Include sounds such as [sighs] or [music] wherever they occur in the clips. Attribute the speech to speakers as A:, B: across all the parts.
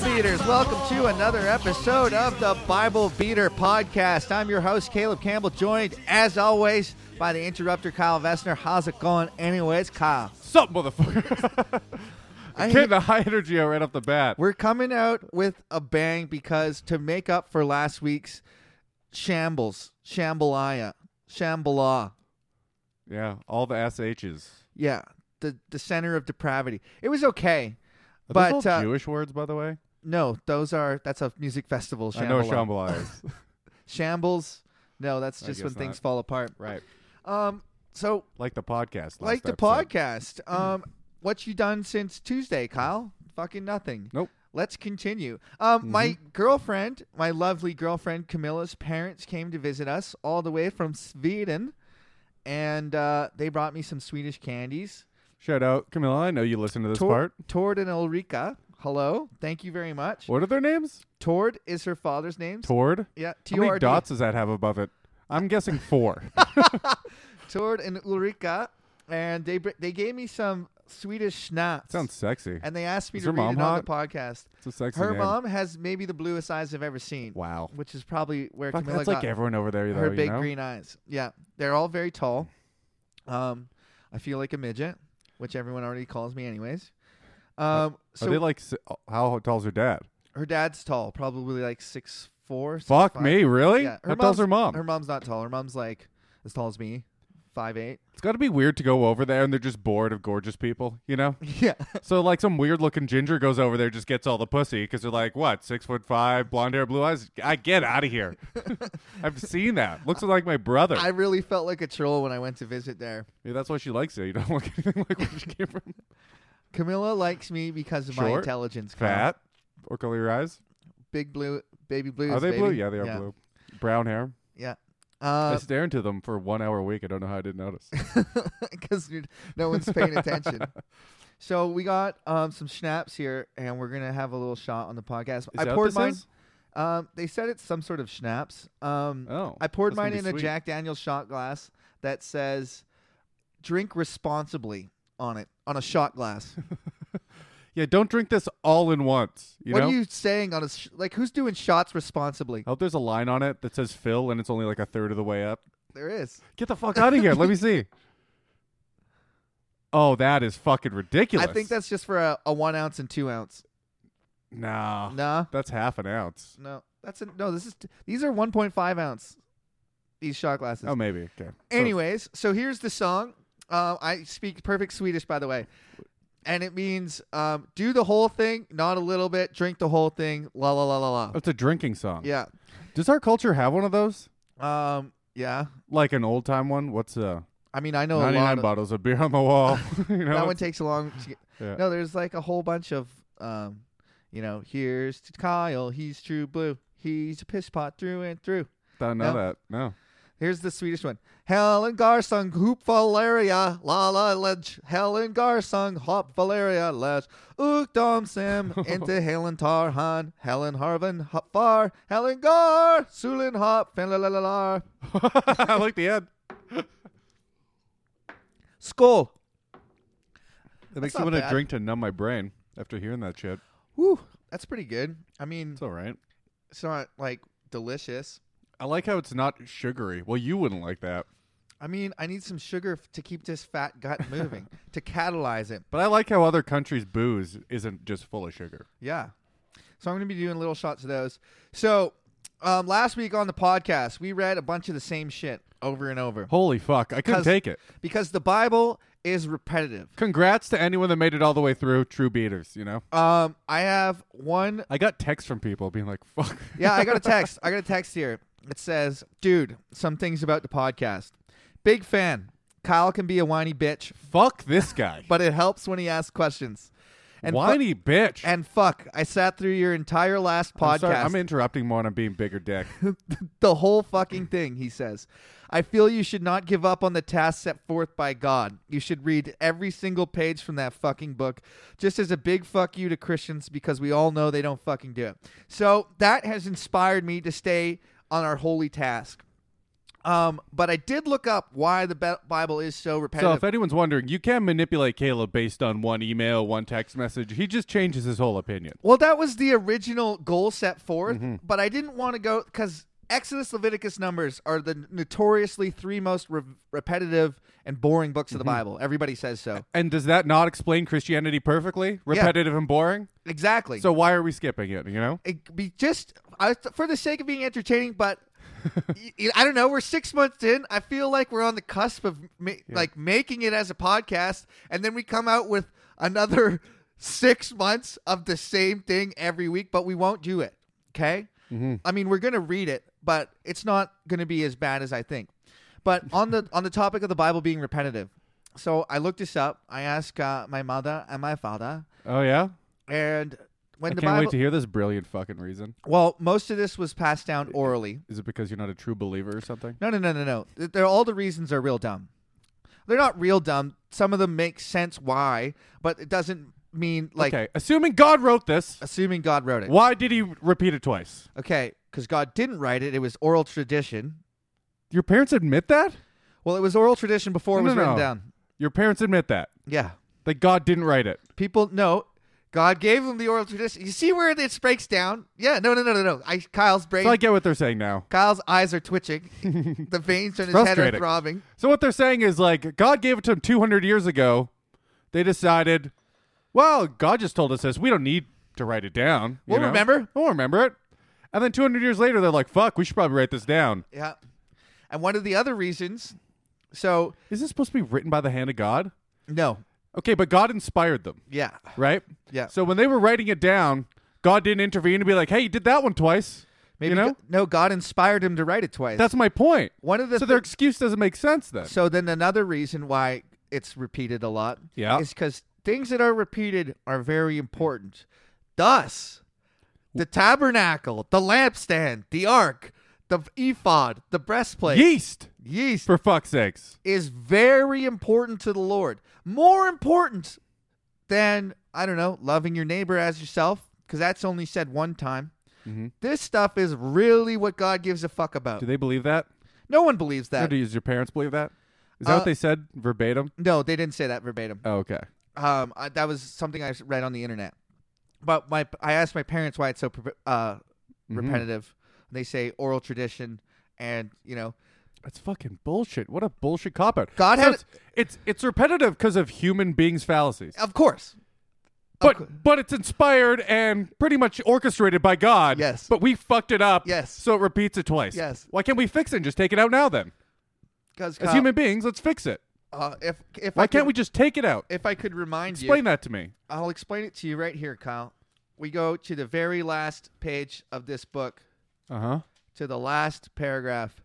A: Beaters, welcome to another episode of the Bible Beater Podcast. I'm your host, Caleb Campbell, joined as always by the interrupter, Kyle Vessner. How's it going, anyways, Kyle?
B: Sup,
A: [laughs]
B: motherfucker.
A: I-
B: Getting the high energy out right off the bat.
A: we're coming out with a bang because to make up for last week's shambles, shambalaya, shambala,
B: yeah, all the SHs.
A: yeah, the, the center of depravity. It was okay.
B: Are
A: But,
B: those all
A: uh,
B: Jewish words, by the way?
A: No, those are, that's a music festival.
B: I know
A: Shambhala. [laughs]
B: Shambhala is.
A: Shambles. No, that's
B: I
A: just
B: guess
A: when things
B: not.
A: fall apart.
B: right.
A: Um, so
B: Like the podcast. Last
A: like the
B: episode. Hmm.
A: podcast. Um, what you done since Tuesday, Kyle? Fucking nothing.
B: Nope. Mm-hmm.
A: Let's continue. Um, my girlfriend, my lovely girlfriend Camilla's parents came to visit us all the way from Sweden, and uh, they brought me some Swedish candies.
B: Shout out, Camilla. I know you listen to this
A: Tord,
B: part.
A: Tord and Ulrika. Hello, thank you very much.
B: What are their names?
A: Tord is her father's name.
B: Tord?
A: yeah, T
B: How
A: O
B: many
A: R D.
B: dots does that have above it? I'm guessing
A: [laughs]
B: four.
A: Tord and Ulrika, and they br- they gave me some Swedish schnapps.
B: Sounds sexy.
A: and they asked me
B: Is
A: to
B: her
A: read
B: mom
A: it on the podcast.
B: It's a sexy
A: Her
B: name.
A: mom has maybe the bluest eyes I've ever seen.
B: Wow.
A: Which is probably where
B: Fuck,
A: Camilla
B: that's like
A: got
B: everyone over there, though.
A: her
B: you
A: big
B: know?
A: green eyes. Yeah, they're all very tall. Um, I feel like a midget, which everyone already calls me, anyways. Um,
B: are they
A: so
B: like, s- uh, how tall's her dad?
A: her dad's tall, probably like six four. Six,
B: Fuck
A: five.
B: me, really?
A: Yeah,
B: How tall's her
A: mom's-
B: mom?
A: Her mom's not tall. Her mom's like as tall as me, five eight. [laughs]
B: It's got to be weird to go over there and they're just bored of gorgeous people, you know?
A: Yeah,
B: so like some weird looking ginger goes over there, just gets all the pussy because they're like, what, six foot five, blonde hair, blue eyes? I get out
A: [laughs]
B: of here. I've seen that. Looks like my brother.
A: I really felt like a troll when I went to visit there.
B: Maybe that's why she likes it. You don't [laughs] look anything like where she came from.
A: Camilla likes me because of my
B: Short,
A: intelligence. Kyle.
B: Fat or color your eyes?
A: big blue, baby blues.
B: Are they
A: baby.
B: blue? Yeah, they are blue. Brown hair.
A: Yeah.
B: I
A: Uh, [laughs]
B: stare into them for one hour a week. I don't know how I didn't notice. [laughs]
A: because no one's paying attention. So we got um, some schnapps here, and we're gonna have a little shot on the podcast.
B: Is
A: I
B: that what
A: poured
B: this
A: mine.
B: is?
A: Um, they said it's some sort of schnapps. Um,
B: Oh,
A: I poured
B: that's gonna
A: mine
B: be
A: in a
B: sweet.
A: Jack Daniel's shot glass that says "Drink responsibly" on it on a shot glass.
B: Yeah, don't drink this all in once. You
A: what
B: know? Oh.
A: are you saying on a sh- like? Who's doing shots responsibly?
B: I hope there's a line on it that says fill and it's only like a third of the way up.
A: There is.
B: Get the fuck out of here. Let
A: [laughs]
B: me see. Oh, that is fucking ridiculous.
A: I think that's just for a, a one ounce and two ounce.
B: nah.
A: Nah.
B: That's half an ounce.
A: No, that's a, no. This is these are 1.5 ounce. These shot glasses.
B: Oh, maybe. Okay. So-
A: Anyways, so here's the song. Um, I speak perfect Swedish, by the way, and it means um, do the whole thing, not a little bit. Drink the whole thing. La la la la la.
B: it's a drinking song.
A: Yeah.
B: Does our culture have one of those?
A: Um. Yeah.
B: Like an old time one? What's uh
A: I mean, I know a lot.
B: 99
A: Of,
B: bottles of beer on the
A: [laughs]
B: wall? [laughs] you know?
A: that one takes a long. To [laughs] get,
B: Yeah.
A: No, there's like a whole bunch of um, you know, here's to Kyle. He's true blue. He's a piss pot through and through.
B: Don't know
A: no.
B: that.
A: [laughs]
B: No. [laughs]
A: Here's the Swedish one. Helen Garsung hoop Valeria la la ledge. Helen Garsung hop Valeria ledge. Ukdom sim [laughs] into Helen Tarhan. Helen Harvin hop far. Helen Gar Sulin hop fin la la la la.
B: I like the end.
A: Skull.
B: That makes
A: not
B: me want to
A: bad.
B: drink to numb my brain after hearing that shit.
A: Whew. That's pretty good. I mean,
B: It's all right.
A: it's not like delicious.
B: I like how it's not sugary. Well, you wouldn't like that.
A: I mean, I need some sugar f- to keep this fat
B: [laughs]
A: gut moving, to catalyze it.
B: But I like how other countries' booze isn't just full of sugar.
A: Yeah. So I'm going to be doing little shots of those. So um, last week on the podcast, we read a bunch of the same shit over and over
B: Holy fuck. I couldn't
A: 'Cause-
B: take it.
A: because the Bible is repetitive.
B: Congrats to anyone that made it all the way through. True beaters, you know.
A: Um, I have one.
B: I got texts from people being like, "Fuck."
A: Yeah, I got a
B: [laughs]
A: text. I got a text here. It says, dude, some things about the podcast. Big fan. Kyle can be a whiny bitch,
B: fuck this guy.
A: but it helps when he asks questions. And fu-
B: Whiny bitch.
A: and fuck, I sat through your entire last podcast.
B: I'm, sorry, I'm interrupting more and I'm being
A: [laughs]
B: bigger dick.
A: the whole fucking thing, he says. I feel you should not give up on the task set forth by God. You should read every single page from that fucking book, just as a big fuck you to Christians because we all know they don't fucking do it. So that has inspired me to stay on our holy task. Um, but I did look up why the Bi- Bible is so
B: So
A: repetitive.
B: if anyone's wondering, you can manipulate Caleb based on one email, one text message. He just changes his whole opinion.
A: well, that was the original goal set forth, but I didn't want to go because Exodus, Leviticus, Numbers are the notoriously three most re- repetitive and boring books of the Bible. Everybody says so.
B: And does that not explain Christianity perfectly? Repetitive and boring?
A: Exactly.
B: So why are we skipping it, you know?
A: it be just I, for the sake of being entertaining,
B: [laughs]
A: but y- y- I don't know. We're six months in. I feel like we're on the cusp of ma- like making it as a podcast, and then we come out with another [laughs] six months of the same thing every week, but we won't do it. Okay.
B: Mm-hmm.
A: I mean, we're gonna read it, but it's not gonna be as bad as I think. But on the on the topic of the Bible being repetitive, so I looked this up. I asked uh, my mother and my father,
B: Oh yeah?
A: and when
B: I
A: the
B: can't
A: Bible
B: wait to hear this brilliant fucking reason.
A: well, most of this was passed down orally.
B: Is it because you're not a true believer or something?
A: No, no, no, no, no. Th- They're all the reasons are real dumb. They're not real dumb. Some of them make sense why, but it doesn't mean like
B: okay. Assuming God wrote this,
A: assuming God wrote it.
B: why did he repeat it twice?
A: Okay, because God didn't write it. It was oral tradition.
B: Your parents admit that?
A: Well, it was oral tradition before it
B: No,
A: was
B: no,
A: written
B: no.
A: down.
B: Your parents admit that.
A: Yeah,
B: That God didn't write it.
A: people know. God gave them the oral tradition. You see where this breaks down? Yeah, no, no, no, no, no. I, Kyle's brain,
B: So I get what they're saying now.
A: Kyle's eyes are
B: [laughs]
A: twitching. the veins on his head are
B: Frustrating.
A: throbbing.
B: So what they're saying is like God gave it to them 200 years ago. They decided, well, God just told us this. We don't need to write it down. you
A: We'll
B: know?
A: remember.
B: We'll remember it. And then 200 years later, they're like, fuck, we should probably write this down.
A: Yeah, and one of the other reasons. So
B: Is this supposed to be written by the hand of God?
A: no,
B: Okay, but God inspired them,
A: Yeah.
B: right?
A: Yeah.
B: So when they were writing it down, God didn't intervene and be like, hey, you did that one twice.
A: Maybe
B: you know?
A: Go- no, God inspired him to write it twice.
B: That's my point.
A: one of the
B: so their
A: thi-
B: excuse doesn't make sense then.
A: so then another reason why it's repeated a lot
B: Yeah.
A: is because things that are repeated are very important. Thus, the tabernacle, the lampstand, the ark, the ephod, the breastplate,
B: Yeast,
A: yeast
B: for fuck's sakes.
A: is very important to the Lord. More important than, I don't know, loving your neighbor as yourself, because that's only said one time. This stuff is really what God gives a fuck about.
B: Mm-hmm. Do they believe that?
A: No one believes that.
B: Or does your parents believe that? Is that
A: Uh,
B: what they said verbatim?
A: no, they didn't say that verbatim.
B: Oh, okay.
A: Um, I, that was something I read on the internet. But my, I asked my parents why it's so pre- uh,
B: Mm-hmm.
A: repetitive. They say oral tradition, and you know,
B: That's fucking bullshit. What a bullshit cop out.
A: God had-
B: it's, it's it's repetitive because of human beings' fallacies,
A: of course,
B: but
A: cou-
B: but it's inspired and pretty much orchestrated by God.
A: Yes.
B: but we fucked it up.
A: Yes.
B: so it repeats it twice.
A: Yes.
B: Why can't we fix it and just take it out now then?
A: because
B: As human beings, let's fix it.
A: uh, if if I
B: Why
A: could,
B: can't we just take it out?
A: If I could remind you,
B: Explain that to me.
A: I'll explain it to you right here, Kyle. We go to the very last page of this book,
B: Uh huh.
A: to the last paragraph.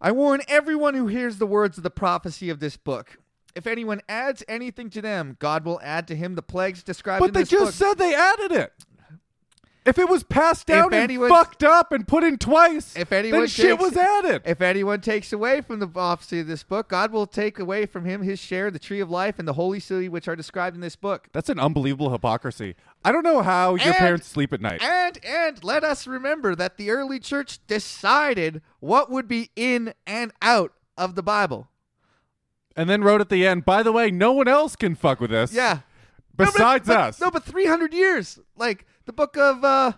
A: I warn everyone who hears the words of the prophecy of this book. If anyone adds anything to them, God will add to him the plagues described in
B: But they
A: this
B: just
A: book.
B: said they added it. If it was passed down and
A: anyone-
B: fucked up and put in twice,
A: If anyone
B: then shit
A: takes-
B: was added.
A: if anyone takes away from the prophecy of this book, God will take away from him his share in the tree of life and the holy city which are described in this book.
B: That's an unbelievable hypocrisy. I don't know how your
A: And-
B: parents sleep at night.
A: And and let us remember that the early church decided what would be in and out of the Bible.
B: And then wrote at the end, by the way, no one else can fuck with this.
A: Yeah.
B: Besides
A: no, but,
B: us.
A: But, no, but 300 years. Like the book of uh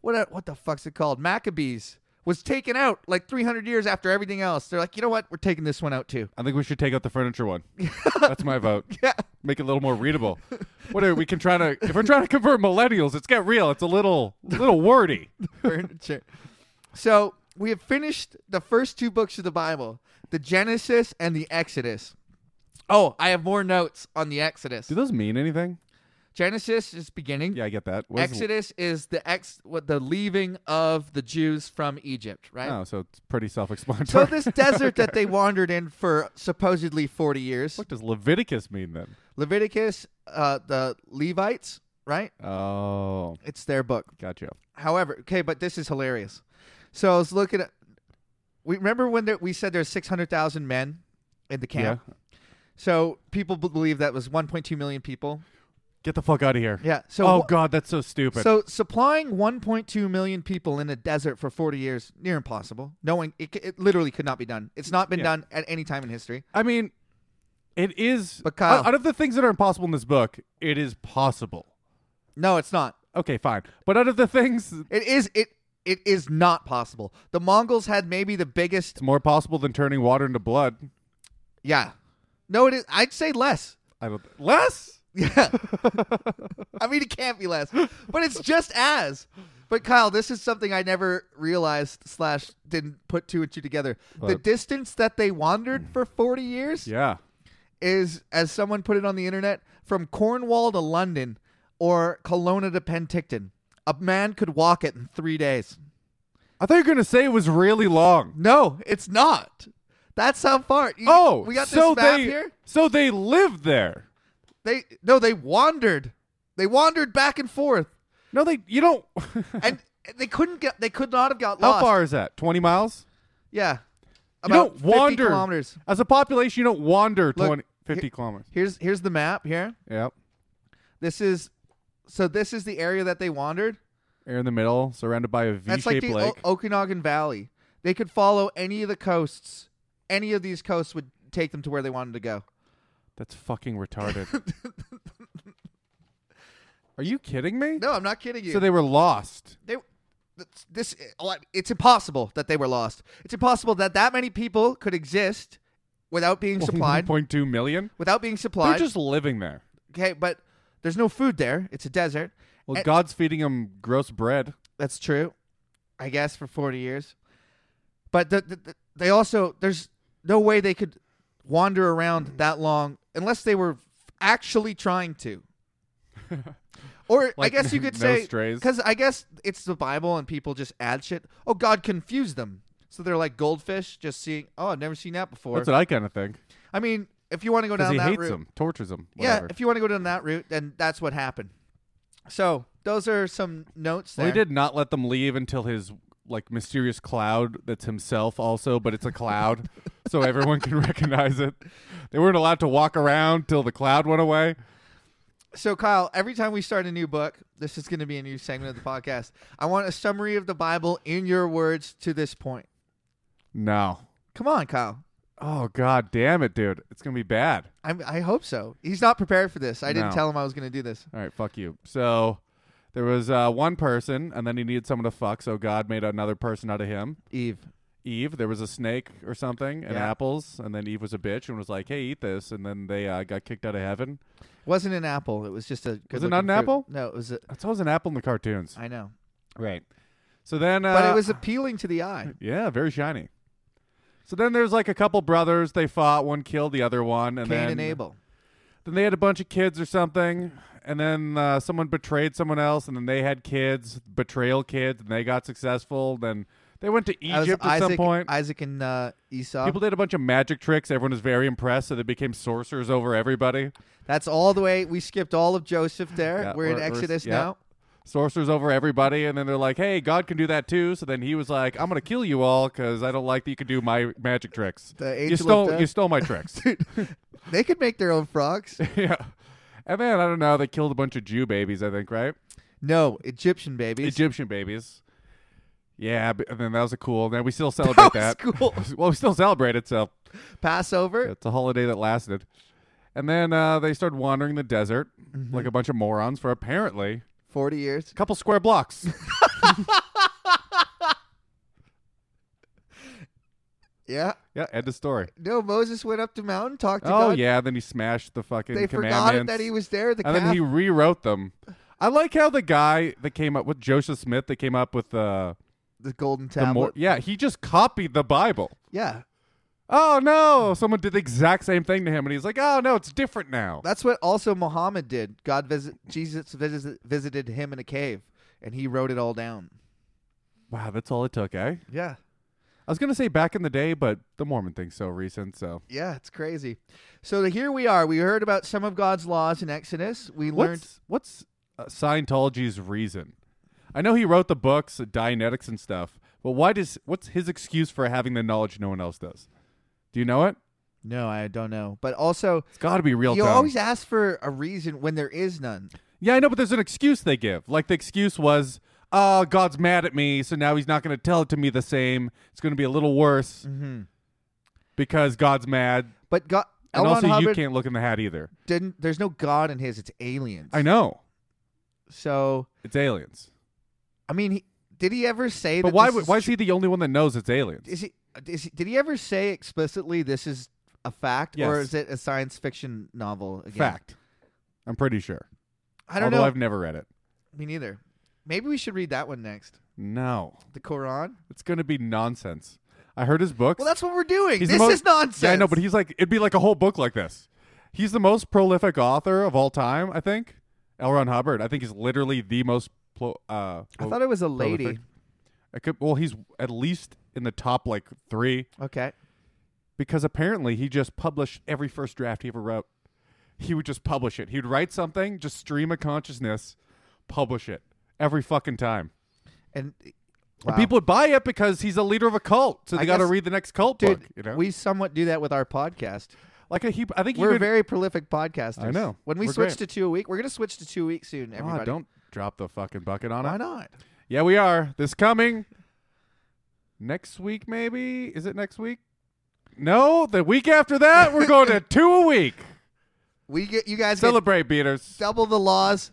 A: what what the fuck's it called? Maccabees was taken out like 300 years after everything else. They're like, "You know what? We're taking this one out too." [laughs]
B: I think we should take out the furniture one. That's my vote.
A: Yeah.
B: Make it a little more readable. Whatever we can try to if we're trying to convert millennials, it's get real. It's a little little wordy.
A: Furniture. so, we have finished the first two books of the Bible, the Genesis and the Exodus. Oh, I have more notes on the Exodus.
B: Do those mean anything?
A: Genesis is beginning.
B: Yeah, I get that. What is-
A: Exodus is the ex what the leaving of the Jews from Egypt, right?
B: Oh, so it's pretty self
A: So
B: explanatory.
A: this desert that they wandered in for supposedly 40 years,
B: [laughs] what does Leviticus mean then?
A: Leviticus, uh, the Levites, right?
B: Oh.
A: It's their book.
B: Gotcha.
A: However, okay, but this is hilarious. So I was looking at. We remember when there, we said there's 600,000 men in the camp. So people b- believe that was 1.2 million people.
B: Get the fuck out of here.
A: Yeah. So
B: oh
A: wh-
B: god, that's so stupid.
A: So supplying 1.2 million people in a desert for 40 years near impossible. Knowing it, c- it literally could not be done. It's not been
B: Yeah.
A: done at any time in history.
B: I mean, it is.
A: But Kyle-
B: out- out of the things that are impossible in this book, it is possible.
A: No, it's not.
B: Okay, fine. But out of the things, it's
A: It is it it is not possible. The Mongols had maybe the biggest.
B: more possible than turning water into blood.
A: Yeah. No, it is. I'd say less. [laughs]
B: I don't less.
A: Yeah. I mean, it can't be less, but it's just as. But Kyle, this is something I never realized slash didn't put two and two together. The
B: What? Mm.
A: distance that they wandered for forty years
B: Yeah.
A: is, as someone put it on the internet, from Cornwall to London or Kelowna to Penticton. A man could walk it in three days.
B: I thought you were gonna say it was really long.
A: No, it's not. That's how far. You-
B: Oh,
A: we got
B: so
A: this map
B: they,
A: here.
B: So they lived there.
A: They no, they wandered. They wandered back and
B: [laughs]
A: forth.
B: No, they. You don't. [laughs]
A: and they couldn't get they could not have got
B: How
A: lost.
B: far is that? Twenty miles.
A: Yeah,
B: You
A: about
B: don't
A: 50
B: wander
A: kilometers.
B: as a population. You don't wander
A: Look,
B: 20, 50
A: he-
B: kilometers.
A: Here's here's the map. Here,
B: Yep.
A: this is so this is the area that they wandered.
B: You're in the middle, surrounded by a
A: That's
B: V-shaped
A: like the
B: lake.
A: O- Okanagan Valley. They could follow any of the coasts. Any of these coasts would take them to where they wanted to go.
B: That's
A: [laughs]
B: fucking retarded. Are you kidding me?
A: No, I'm not kidding you.
B: So they were lost.
A: they that's- this it's impossible that they were lost. It's impossible that that many people could exist without being supplied.
B: 1.2 million?
A: Without being
B: They're
A: supplied.
B: just living there.
A: okay, but there's no food there. It's a desert.
B: Well,
A: And-
B: God's feeding them gross bread.
A: That's true, I guess for forty years. But the, the, the- they also there's no way they could wander around
B: Mm.
A: that long unless they were actually trying
B: [laughs]
A: to. Or
B: Like,
A: I guess you could
B: [laughs] no
A: say
B: strays.
A: because I guess it's the Bible and people just add shit. Oh, God confused them, so they're like goldfish, just seeing. Oh, I've never seen that before.
B: That's what I kind of think.
A: I mean, if you want to go
B: Because
A: down
B: he
A: that
B: hates
A: route,
B: them, tortures them.
A: yeah. If you want to go down that route, then that's what happened. So those are some notes. There.
B: well, he did not let them leave until his like mysterious cloud that's himself also, but it's
A: [laughs]
B: a cloud, so everyone can recognize it. They weren't allowed to walk around till the cloud went away.
A: So, Kyle, every time we start a new book, this is going to be a new segment of the podcast. I want a summary of the Bible in your words to this point.
B: No.
A: Come on, Kyle.
B: Oh god damn it, dude. It's gonna be bad.
A: I, I hope so. He's not prepared for this. I didn't
B: No.
A: tell him I was going to do this.
B: All right, fuck you. So there was uh, one person, and then he needed someone to fuck, so God made another person out of him.
A: Eve.
B: Eve, there was a snake or something, and
A: Yeah.
B: apples, and then Eve was a bitch and was like, "Hey, eat this," and then they uh, got kicked out of heaven.
A: Wasn't an apple. It was just a. Good
B: Was it not an apple?
A: No, it was. A,
B: That's always an apple in the cartoons,
A: I know,
B: right? So then, uh,
A: but it was appealing to the eye.
B: yeah, very shiny. So then there's like a couple brothers. They fought. One killed the other one, and
A: Cain
B: then
A: and Abel.
B: then they had a bunch of kids or something and then uh, someone betrayed someone else and then they had kids betrayal kids and they got successful then they went to
A: That was
B: egypt at
A: Isaac,
B: some point
A: Isaac and uh, Esau.
B: people did a bunch of magic tricks everyone was very impressed so they became sorcerers over everybody
A: That's all the way. We skipped all of Joseph there.
B: Yeah,
A: we're, in Exodus
B: yeah.
A: now.
B: sorcerers over everybody and then they're like hey god can do that too so then he was like i'm gonna kill you all because i don't like that you can do my magic tricks
A: The angel
B: you
A: of
B: stole
A: death.
B: you stole
A: [laughs]
B: my tricks [laughs]
A: They could make their own frogs.
B: yeah and then i don't know they killed a bunch of jew babies i think right
A: No, Egyptian babies.
B: Egyptian babies. Yeah, b- and then that was a cool. Then we still
A: [laughs] That
B: celebrate
A: was
B: that.
A: cool.
B: [laughs] well, we still celebrate it, so
A: Passover.
B: it's a holiday that lasted. And then uh, they started wandering the desert
A: Mm-hmm.
B: like a bunch of morons for apparently
A: Forty years.
B: a couple square
A: [laughs]
B: blocks.
A: Yeah.
B: yeah, end of story.
A: No, Moses went up the mountain, talked to
B: Oh
A: God.
B: yeah, then he smashed the fucking
A: they forgot
B: commandments,
A: that he was there. at The
B: and then
A: calf.
B: he rewrote them. I like how the guy that came up with Joseph Smith that came up with uh,
A: the golden
B: the
A: tablet.
B: more, yeah, he just copied the Bible.
A: yeah,
B: Oh no, someone did the exact same thing to him, and he's like, oh no, it's different now.
A: that's what also Muhammad did. God visit Jesus visit, visited him in a cave, and he wrote it all down.
B: Wow, that's all it took, eh?
A: Yeah,
B: I was gonna say back in the day, but the Mormon thing's so recent, so
A: yeah, it's crazy. So here we are. We heard about some of God's laws in Exodus. We learned
B: what's what's uh, Scientology's reason? I know he wrote the books, uh, Dianetics and stuff, but why does what's his excuse for having the knowledge no one else does? Do you know it?
A: No, I don't know. But also,
B: It's got to be real
A: you
B: dumb.
A: always ask for a reason when there is none.
B: Yeah, I know, but there's an excuse they give. Like the excuse was, "Oh, God's mad at me, so now He's not going to tell it to me the same. It's going to be a little worse
A: Mm-hmm.
B: because God's mad."
A: But God, L.
B: And
A: Ron
B: also, you
A: Hubbard
B: can't look in the hat either.
A: didn't. There's no God in his. It's aliens.
B: I know
A: So
B: it's aliens,
A: I mean, he, did he ever say?
B: but
A: that
B: why?
A: this
B: would-
A: is
B: Why is
A: tru-
B: he the only one that knows it's aliens?
A: Is he, is he? Did he ever say explicitly this is a fact, or
B: Yes.
A: is it a science fiction novel? Again?
B: Fact. I'm pretty sure.
A: I don't
B: Although
A: know.
B: I've never read it.
A: Me neither. Maybe we should read that one next.
B: No,
A: The Quran.
B: it's going to be nonsense. I heard his books.
A: Well, that's what we're doing.
B: He's the
A: this
B: most-
A: is nonsense.
B: Yeah, I know, but he's like it'd be like a whole book like this. He's the most prolific author of all time, I think. L. Ron Hubbard. I think he's literally the most. Plo- uh,
A: I thought it was a lady.
B: prolific. I could, well, he's at least in the top like three
A: Okay.
B: because apparently he just published every first draft he ever wrote. He would just publish it. He'd write something, just stream of consciousness, publish it every fucking time.
A: And,
B: And
A: wow.
B: people would buy it because he's a leader of a cult, so
A: I
B: they got to
A: guess-
B: read the next cult
A: dude,
B: book. You know,
A: we somewhat do that with our podcast.
B: like a, he, I think he
A: We're
B: even, oh,
A: very prolific podcasters.
B: I know.
A: When we
B: We're
A: switch
B: great.
A: to two a week, we're going to switch to two a week soon.
B: Ah,
A: Everybody,
B: don't drop the fucking bucket on
A: Why
B: it.
A: not?
B: Yeah, we are. This coming next week, maybe? Is it next week? No, the week after that, we're
A: [laughs]
B: going to two a week.
A: We get you guys get
B: Celebrate, beaters.
A: double the laws.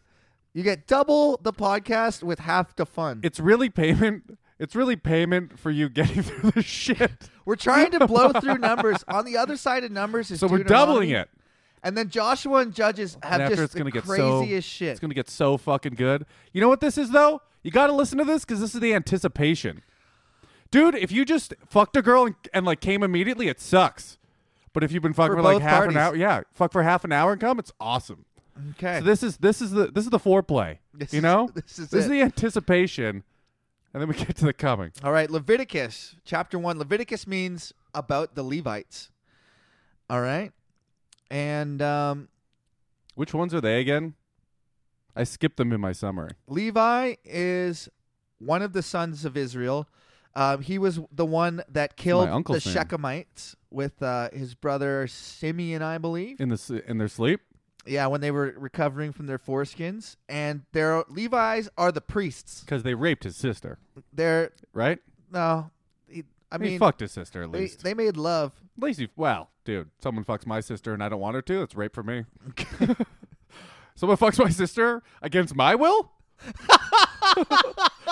A: You get double the podcast with half the fun.
B: It's really payment. It's really payment for you getting [laughs] through this shit.
A: [laughs] we're trying to
B: [laughs]
A: blow through numbers. On the other side of numbers is
B: So we're
A: Deuteronomy.
B: doubling it.
A: And then Joshua and Judges have
B: and after
A: just
B: it's gonna
A: the
B: get so
A: craziest shit.
B: It's gonna get so fucking good. You know what this is though? You gotta listen to this because this is the anticipation. Dude, if you just fucked a girl and, and like came immediately, it sucks. But if you've been fucking
A: For
B: for, like
A: both
B: half
A: parties.
B: an hour, yeah, fuck for half an hour and come, it's awesome.
A: okay.
B: So this is this is the this is the foreplay.
A: This
B: you
A: is-
B: know,
A: [laughs] this is it.
B: the anticipation, and then we get to the coming.
A: All right, Leviticus chapter 1. Leviticus means about the Levites. All right? And um
B: Which ones are they again? I skipped them in my summary.
A: Levi is one of the sons of Israel. Um, he was the one that
B: my
A: killed the
B: uncle's name.
A: Shechemites with uh, his brother Simeon, I believe.
B: In the s- in their sleep,
A: Yeah, when they were recovering from their foreskins, and their Levi's are the priests.
B: because they raped his sister,
A: They're
B: right?
A: no, he- I
B: he
A: mean,
B: fucked his sister at
A: they,
B: least.
A: they made love.
B: At least he, well, dude, someone fucks my sister and I don't want her to. It's rape
A: [laughs]
B: for me. someone fucks my sister against
A: [laughs]
B: my will.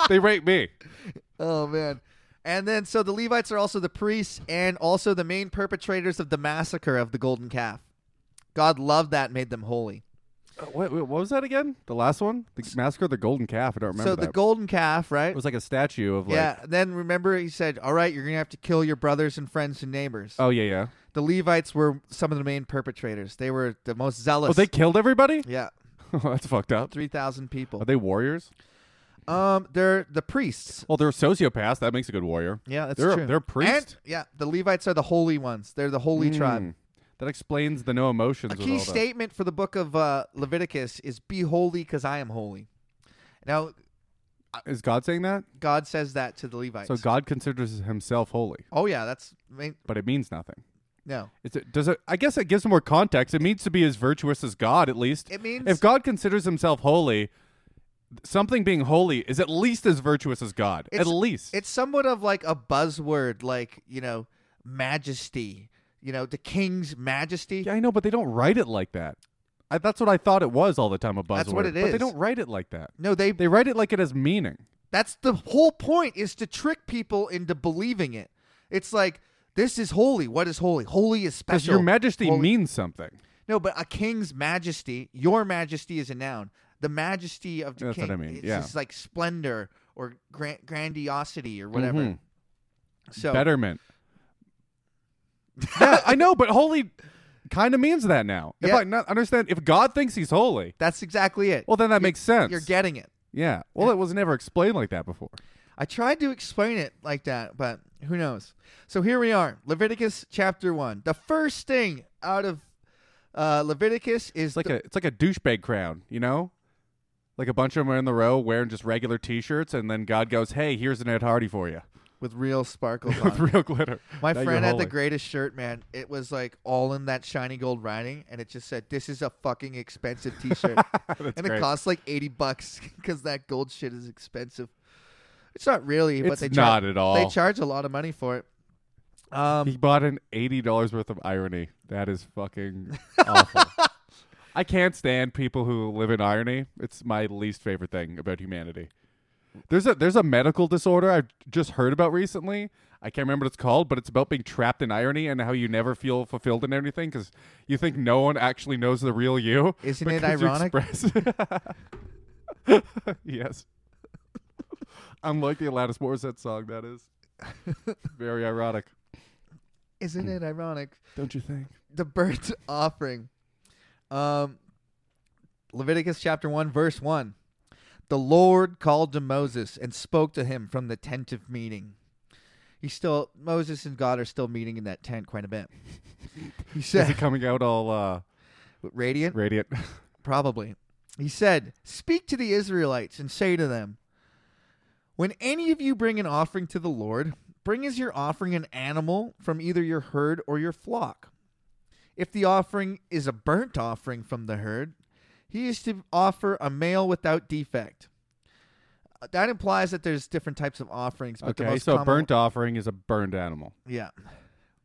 B: they rape me.
A: Oh man. And then so the Levites are also the priests and also the main perpetrators of the massacre of the golden calf. God loved that, made them holy.
B: Uh, What, what was that again? The last one, the massacre of the golden calf. I don't remember.
A: so the
B: that.
A: golden calf, right?
B: It was like a statue of like.
A: yeah. Then remember he said, All right, you're gonna have to kill your brothers and friends and neighbors.
B: Oh yeah, yeah.
A: The Levites were some of the main perpetrators. They were the most zealous.
B: Oh, they killed everybody. [laughs]
A: yeah.
B: That's fucked up.
A: Three thousand people.
B: Are they warriors?
A: Um, they're the priests.
B: Well, they're sociopaths. That makes a good warrior.
A: Yeah, that's
B: they're,
A: true.
B: They're priests.
A: And, yeah, the Levites are the holy ones. They're the holy tribe.
B: Hmm. That explains the no emotions.
A: A
B: with
A: key
B: all that.
A: statement for the book of uh, Leviticus is "Be holy, because I am holy." Now,
B: Uh, Is God saying that?
A: God says that to the Levites.
B: So God considers himself holy,
A: oh yeah, that's main,
B: but it means nothing.
A: no.
B: Is it, does it? I guess it gives more context. It means to be as virtuous as God, at least.
A: It means-
B: if God considers himself holy, something being holy is at least as virtuous as God. At
A: It's-
B: least
A: It's somewhat of like a buzzword, like you know, majesty. You know, the king's majesty.
B: Yeah, I know, but they don't write it like that. I, that's what I thought it was all the time. A buzzword.
A: That's what it
B: But they
A: is.
B: don't write it like that.
A: No, they.
B: They write it like it has meaning.
A: That's the whole point is to trick people into believing it. It's like this is holy. What is holy? Holy is
B: Because
A: special.
B: your majesty
A: Holy-
B: means something.
A: No, but a king's majesty, your majesty is a noun. The majesty of the
B: That's
A: king
B: what I mean,
A: It's
B: yeah.
A: just like splendor or gran- grandiosity or whatever.
B: Mhm.
A: So [laughs]
B: Betterment. yeah, I know, but holy kind of means that now. If
A: Yeah.
B: I not, understand, if God thinks he's holy,
A: that's exactly it.
B: well, then that makes sense.
A: You're getting it.
B: yeah. Well, it was never explained like that before.
A: I tried to explain it like that, but who knows? So here we are, Leviticus chapter one. The first thing out of uh, Leviticus is
B: It's like
A: the-
B: a it's like a douchebag crown, you know? Like a bunch of them are in the row wearing just regular T-shirts, and then God goes, "Hey, here's an Ed Hardy for you." [laughs]
A: with real sparkles
B: with
A: on.
B: real glitter.
A: My
B: Now you're
A: friend had the
B: holy.
A: greatest shirt, man. It was like all in that shiny gold writing, and it just said, "This is a fucking
B: [laughs]
A: expensive T-shirt,"
B: That's
A: and it
B: great.
A: costs like eighty bucks [laughs] because that gold shit is expensive. It's not really, but
B: It's
A: they
B: not
A: char-
B: at all.
A: They charge a lot of money for it. Um,
B: he bought an eighty dollars worth of irony. That is
A: [laughs]
B: fucking awful. I can't stand people who live in irony. It's my least favorite thing about humanity. There's a there's a medical disorder I've just heard about recently. I can't remember what it's called, but it's about being trapped in irony and how you never feel fulfilled in anything because you think no one actually knows the real you.
A: Isn't it
B: because you
A: ironic?
B: express- [laughs] yes. [laughs] Unlike the Alanis Morissette song,
A: [laughs]
B: that is very ironic.
A: Isn't it ironic?
B: Don't you think?
A: the burnt [laughs] offering. Um, Leviticus chapter 1, verse 1. The Lord called to Moses and spoke to him from the tent of meeting. He's still, Moses and God are still meeting in that tent quite a bit. He
B: [laughs] Is he
A: said,
B: coming out all uh,
A: Radiant?
B: radiant?
A: Probably. He said, Speak to the Israelites and say to them, When any of you bring an offering to the Lord, bring as your offering an animal from either your herd or your flock. If the offering is a burnt offering from the herd, he is to offer a male without defect. Uh, That implies that there's different types of offerings, but
B: [laughs]
A: the
B: okay,
A: most
B: so a
A: common-
B: burnt offering is a burned animal.
A: yeah,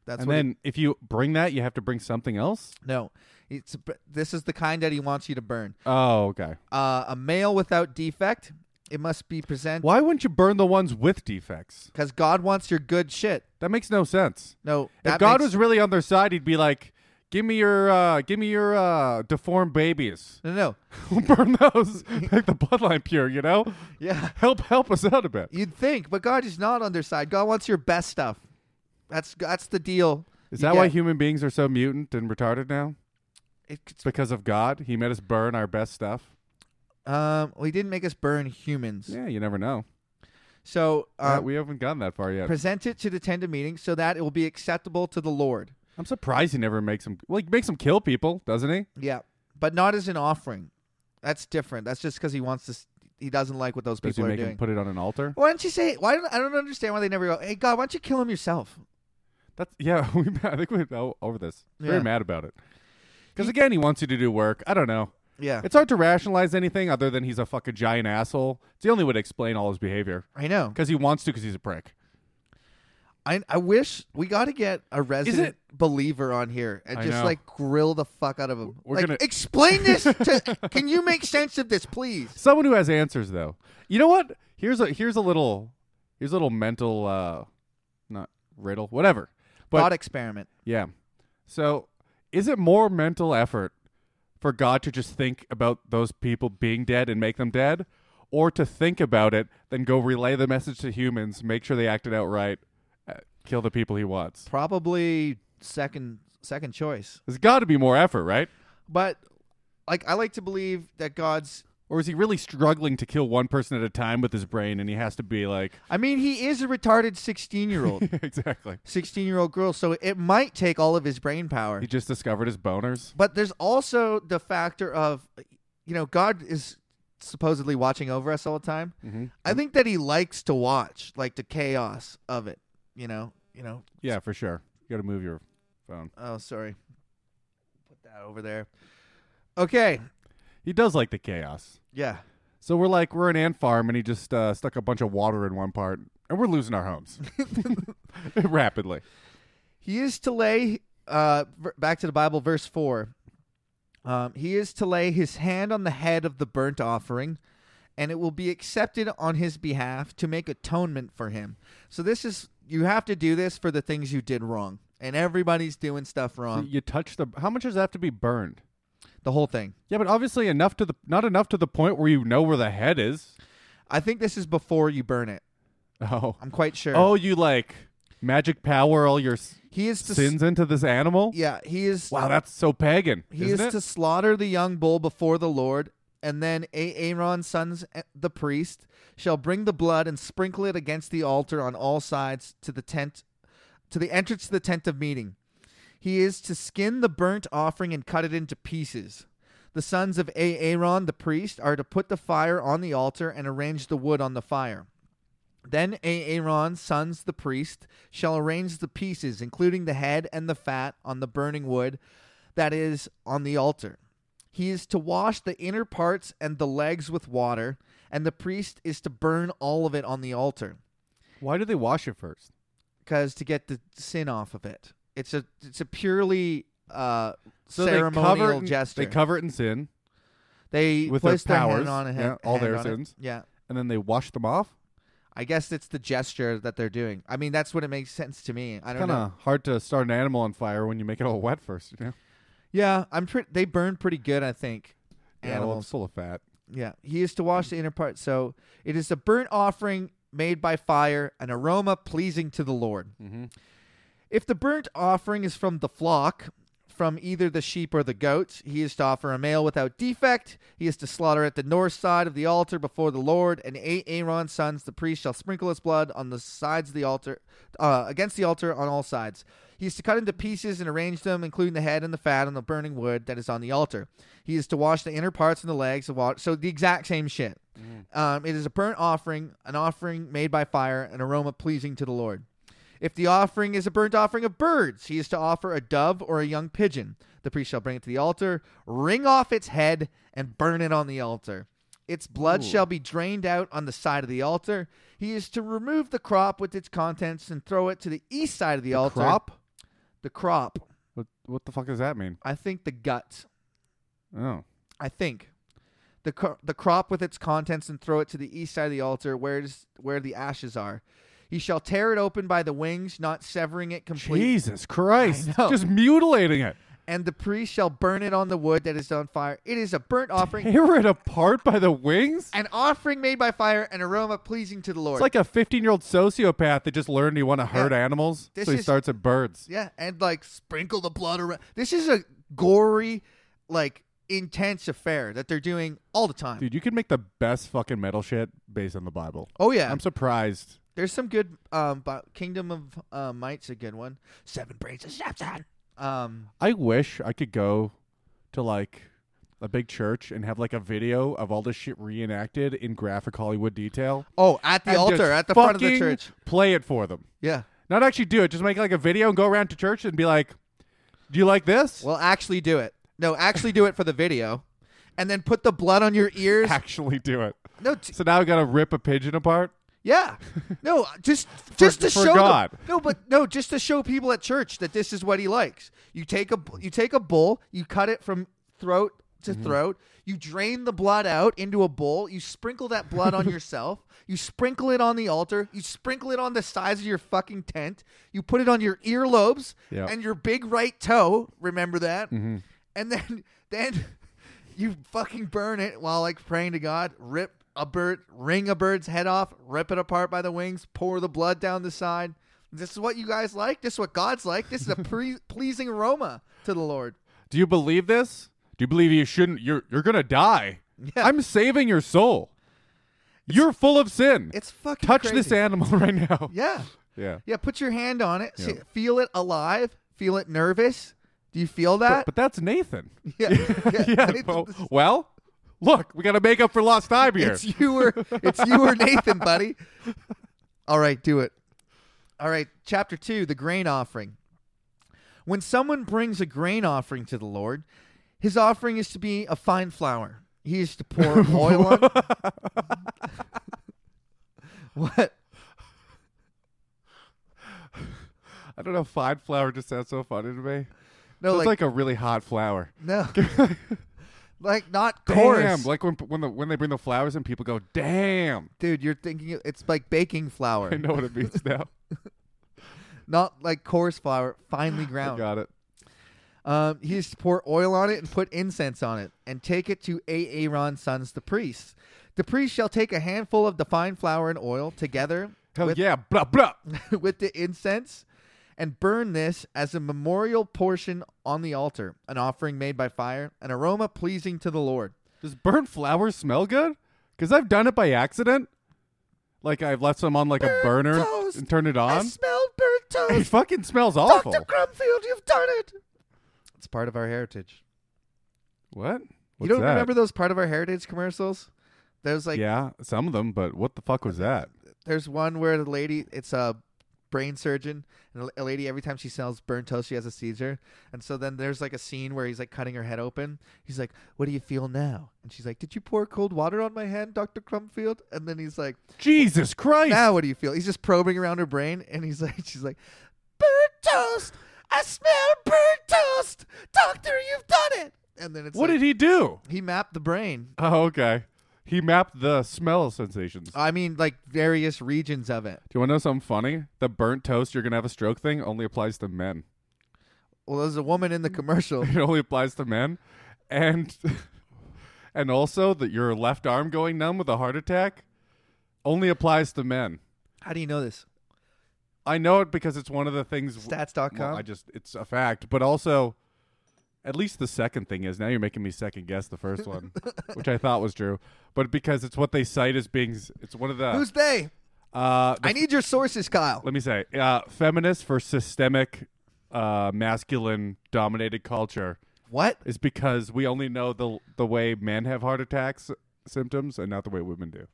A: that's
B: and
A: what it-
B: then if you bring that, you have to bring something else?
A: no, it's this is the kind that he wants you to burn.
B: Oh, okay.
A: Uh, a male without defect. It must be presented.
B: Why wouldn't you burn the ones with defects?
A: Because God wants your good shit.
B: That makes no sense.
A: No,
B: If
A: that
B: God
A: makes-
B: was really on their side, he'd be like, "Give me your, uh, give me your uh,
A: [laughs]
B: deformed
A: [laughs]
B: babies. [laughs]
A: no, no.
B: We'll burn those, [laughs] make the bloodline pure. You know,
A: Yeah,
B: help, help us out a bit."
A: you'd think, but God is not on their side. God wants your best stuff. That's that's the deal.
B: Is
A: you
B: that why
A: get.
B: human beings are so mutant and retarded now? It's
A: It,
B: because of God. He made us burn our best stuff.
A: um, well, he didn't make us burn humans.
B: Yeah, you never know.
A: So
B: Yeah,
A: uh,
B: we haven't gotten that far yet.
A: present it to the tender meeting so that it will be acceptable to the Lord.
B: I'm surprised he never makes him like makes him kill people, doesn't he?
A: Yeah, but not as an offering. That's different. That's just because he wants to. s- He doesn't like what those
B: Does he
A: people are
B: make
A: doing.
B: him put it on an altar?
A: why don't you say? Why don't I don't understand why they never go? Hey God, why don't you kill him yourself?
B: That's yeah. [laughs] We, I think we're o- over this.
A: Yeah.
B: Very mad about it. Because
A: He-
B: again, he wants you to do work. I don't know.
A: Yeah,
B: It's hard to rationalize anything other than he's a fucking giant asshole. It's the only way to explain all his behavior.
A: I know.
B: Because he wants to, because he's a prick.
A: I I wish we got to get a resident believer on here and
B: I
A: just
B: know.
A: like grill the fuck out of him.
B: We're
A: like,
B: gonna-
A: explain
B: [laughs]
A: this to. Can you make sense of this, please?
B: Someone who has answers, though. You know what? Here's a here's a little here's a little mental uh, not riddle, whatever. But
A: Thought experiment.
B: Yeah. So, is it more mental effort for God to just think about those people being dead and make them dead, or to think about it, then go relay the message to humans, make sure they act it out right, uh, kill the people he wants?
A: Probably second second choice,
B: There's got to be more effort, right?
A: but like I like to believe that God's.
B: Or is he really struggling to kill one person at a time with his brain, and he has to be like, [laughs]
A: I mean, he is a retarded sixteen year old.
B: exactly.
A: 16 year old girl, so it might take all of his brain power.
B: He just discovered his boners.
A: But there's also the factor of, you know, God is supposedly watching over us all the time.
B: Mhm.
A: I think that he likes to watch like the chaos of it, you know, you know.
B: Yeah, for sure. You got to move your phone.
A: Oh, sorry. Put that over there. Okay.
B: He does like the chaos.
A: Yeah.
B: So we're like, we're an ant farm, and he just uh, stuck a bunch of water in one part, and we're losing our homes [laughs] rapidly.
A: He is to lay uh ver- back to the Bible verse 4. Um, he is to lay his hand on the head of the burnt offering, and it will be accepted on his behalf to make atonement for him. So this is you have to do this for the things you did wrong. And everybody's doing stuff wrong.
B: you touch the. How much does that have to be burned?
A: The whole thing.
B: Yeah, but obviously enough to the not enough to the point where you know where the head is.
A: I think this is before you burn it.
B: Oh,
A: I'm quite sure.
B: oh, you like magic power all your s-
A: He is to
B: sins into this animal.
A: Yeah, he is.
B: Wow, that's so pagan.
A: he
B: isn't
A: is
B: it?
A: to slaughter the young bull before the Lord, and then A- Aaron's sons, eh, the priest, shall bring the blood and sprinkle it against the altar on all sides to the tent, to the entrance to the tent of meeting. He is to skin the burnt offering and cut it into pieces. The sons of A- Aaron, the priest, are to put the fire on the altar and arrange the wood on the fire. Then A- Aaron's sons, the priest, shall arrange the pieces, including the head and the fat, on the burning wood that is on the altar. He is to wash the inner parts and the legs with water, and the priest is to burn all of it on the altar,
B: Why do they wash it first?
A: because to get the sin off of it. It's a it's a purely uh,
B: they cover
A: ceremonial
B: it in-
A: gesture.
B: They cover it in sin,
A: They
B: with their
A: place their,
B: powers,
A: hand on a hand,
B: yeah, all
A: hand
B: their
A: on it.
B: sins.
A: Yeah,
B: and then they wash them off.
A: I guess it's the gesture that they're doing. I mean, that's what it makes sense to me. I don't
B: Kind
A: know.
B: of hard to start an animal on fire when you make it all wet first. You know,
A: Yeah, I'm. Pre- they burn pretty good, I think.
B: Yeah, well,
A: Animals.
B: it's full of fat.
A: Yeah, he is to wash the inner part. So it is a burnt offering made by fire, an aroma pleasing to the Lord.
B: Mm-hmm.
A: If the burnt offering is from the flock, from either the sheep or the goats, he is to offer a male without defect. He is to slaughter at the north side of the altar before the Lord, and eight Aaron's sons, the priest, shall sprinkle his blood on the sides of the altar, uh, against the altar on all sides. He is to cut into pieces and arrange them, including the head and the fat on the burning wood that is on the altar. He is to wash the inner parts and the legs. Of water. So the exact same shit. Um, it is a burnt offering, an offering made by fire, an aroma pleasing to the Lord. If the offering is a burnt offering of birds, he is to offer a dove or a young pigeon. The priest shall bring it to the altar, wring off its head, and burn it on the altar. Its blood
B: Ooh.
A: shall be drained out on the side of the altar. He is to remove the crop with its contents and throw it to the east side of the, altar.
B: crop?
A: The crop.
B: What what the fuck does that mean?
A: I think the gut.
B: Oh,
A: I think. The, cro- the crop with its contents and throw it to the east side of the altar where, it is, where the ashes are. He shall tear it open by the wings, not severing it completely.
B: Jesus Christ!
A: know.
B: Just mutilating it.
A: and the priest shall burn it on the wood that is on fire. It is a burnt offering,
B: Tear it apart by the wings.
A: an offering made by fire, an aroma pleasing to the Lord.
B: It's like a 15 year old sociopath that just learned he want to hurt animals,
A: This
B: so he
A: is-
B: starts at birds.
A: yeah, and like sprinkle the blood around. This is a gory, like intense affair that they're doing all the time.
B: Dude, you can make the best fucking metal shit based on the Bible.
A: oh yeah,
B: I'm surprised.
A: there's some good. Um, Bi- Kingdom of uh, Might's a good one. Seven Brains of Samson. Um,
B: I wish I could go to like a big church and have like a video of all this shit reenacted in graphic Hollywood detail.
A: oh, at the
B: and just
A: altar, at the front of the
B: fucking
A: church.
B: Play it for them.
A: Yeah.
B: Not actually do it. Just make like a video and go around to church and be like, "Do you like this?"
A: Well, actually do it. No, actually do it for the video, and then put the blood on your ears.
B: [laughs] actually do it.
A: No, t-
B: So now I gotta rip a pigeon apart. [laughs]
A: Yeah. No, uh, just just to
B: for
A: show them-
B: God.
A: No, but no, just to show people at church that this is what he likes. You take a you take a bull, you cut it from throat to
B: Mm-hmm.
A: throat, you drain the blood out into a bowl, you sprinkle that blood
B: [laughs]
A: on yourself, you sprinkle it on the altar, you sprinkle it on the sides of your fucking tent, you put it on your earlobes
B: Yeah.
A: and your big right toe, remember that?
B: Mm-hmm.
A: And then [laughs] then you fucking burn it while like praying to God. Rip a bird, wring a bird's head off, rip it apart by the wings, pour the blood down the side. This is what you guys like. This is what God's like.
B: [laughs]
A: This is a pre- pleasing aroma to the Lord.
B: Do you believe this? Do you believe you shouldn't? You're you're gonna die.
A: Yeah.
B: I'm saving your soul. you're full of sin.
A: It's fucking
B: Touch
A: crazy.
B: this animal [laughs] right now.
A: Yeah,
B: yeah.
A: yeah. Put your hand on it. See-
B: Yeah.
A: feel it alive. Feel it nervous. Do you feel that?
B: But, but that's Nathan. [laughs]
A: yeah, [laughs] yeah. Nathan,
B: well,
A: this-
B: well, look, we got to make up for lost time here.
A: It's you or it's you or Nathan, buddy. [laughs] All right, do it. All right, chapter 2, the grain offering. When someone brings a grain offering to the Lord, his offering is to be a fine flour. He is to [laughs] pour oil on [laughs] What?
B: I don't know. Fine flour just sounds so funny to me.
A: No,
B: Sounds
A: like,
B: like, a really hot flour.
A: no. [laughs] like not coarse.
B: Damn! Like when when the when they bring the flowers and people go, "Damn!"
A: Dude, you're thinking it's like baking
B: I
A: flour,
B: know what it
A: [laughs]
B: means now.
A: not like coarse flour, finely
B: I
A: ground.
B: got it.
A: Um, he is to pour oil on it and put incense on it, and take it to Aaron's sons, the priests. The priest shall take a handful of the fine flour and oil together [laughs]
B: Hell
A: with,
B: yeah!
A: [laughs]
B: Blah blah.
A: with the incense, and burn this as a memorial portion on the altar, an offering made by fire, an aroma pleasing to the Lord.
B: Does burnt flowers smell good? Because I've done it by accident. Like I've left some on like a
A: Burnt
B: burner
A: toast.
B: and turned it on.
A: smelled
B: [laughs]
A: burnt
B: It fucking smells awful.
A: Crumfield, you've done it. It's part of our heritage.
B: What? What's
A: you don't
B: that?
A: remember those part of our heritage commercials? There's like
B: yeah, some of them, but what the fuck was that?
A: there's one where the lady it's a brain surgeon and a lady every time she sells burnt toast she has a seizure and so then there's like a scene where he's like cutting her head open he's like what do you feel now and she's like did you pour cold water on my hand dr crumfield and then he's like
B: Jesus Christ!
A: now what do you feel he's just probing around her brain and he's like [laughs] she's like burnt toast i smell burnt toast doctor you've done it and then it's
B: what did he do?
A: he mapped the brain
B: Oh, okay. He mapped the smell sensations.
A: i mean like various regions of it
B: Do you want to know something funny? The burnt toast you're gonna have a stroke thing only applies to men.
A: well there's a woman in the commercial
B: [laughs] It only applies to men, and [laughs] and also that your left arm going numb with a heart attack only applies to men.
A: how do you know this
B: I know it because it's one of the things.
A: Stats.com?
B: Well, I just it's a fact, but also, at least the second thing is now you're making me second guess the
A: [laughs]
B: first one, which I thought was true, but because it's what they cite as being s- it's one of the.
A: who's they
B: uh, the
A: I need your sources, Kyle.
B: let me say, uh, feminist for systemic, uh, masculine dominated culture
A: What?
B: is because we only know the the way men have heart attacks symptoms and not the way women do.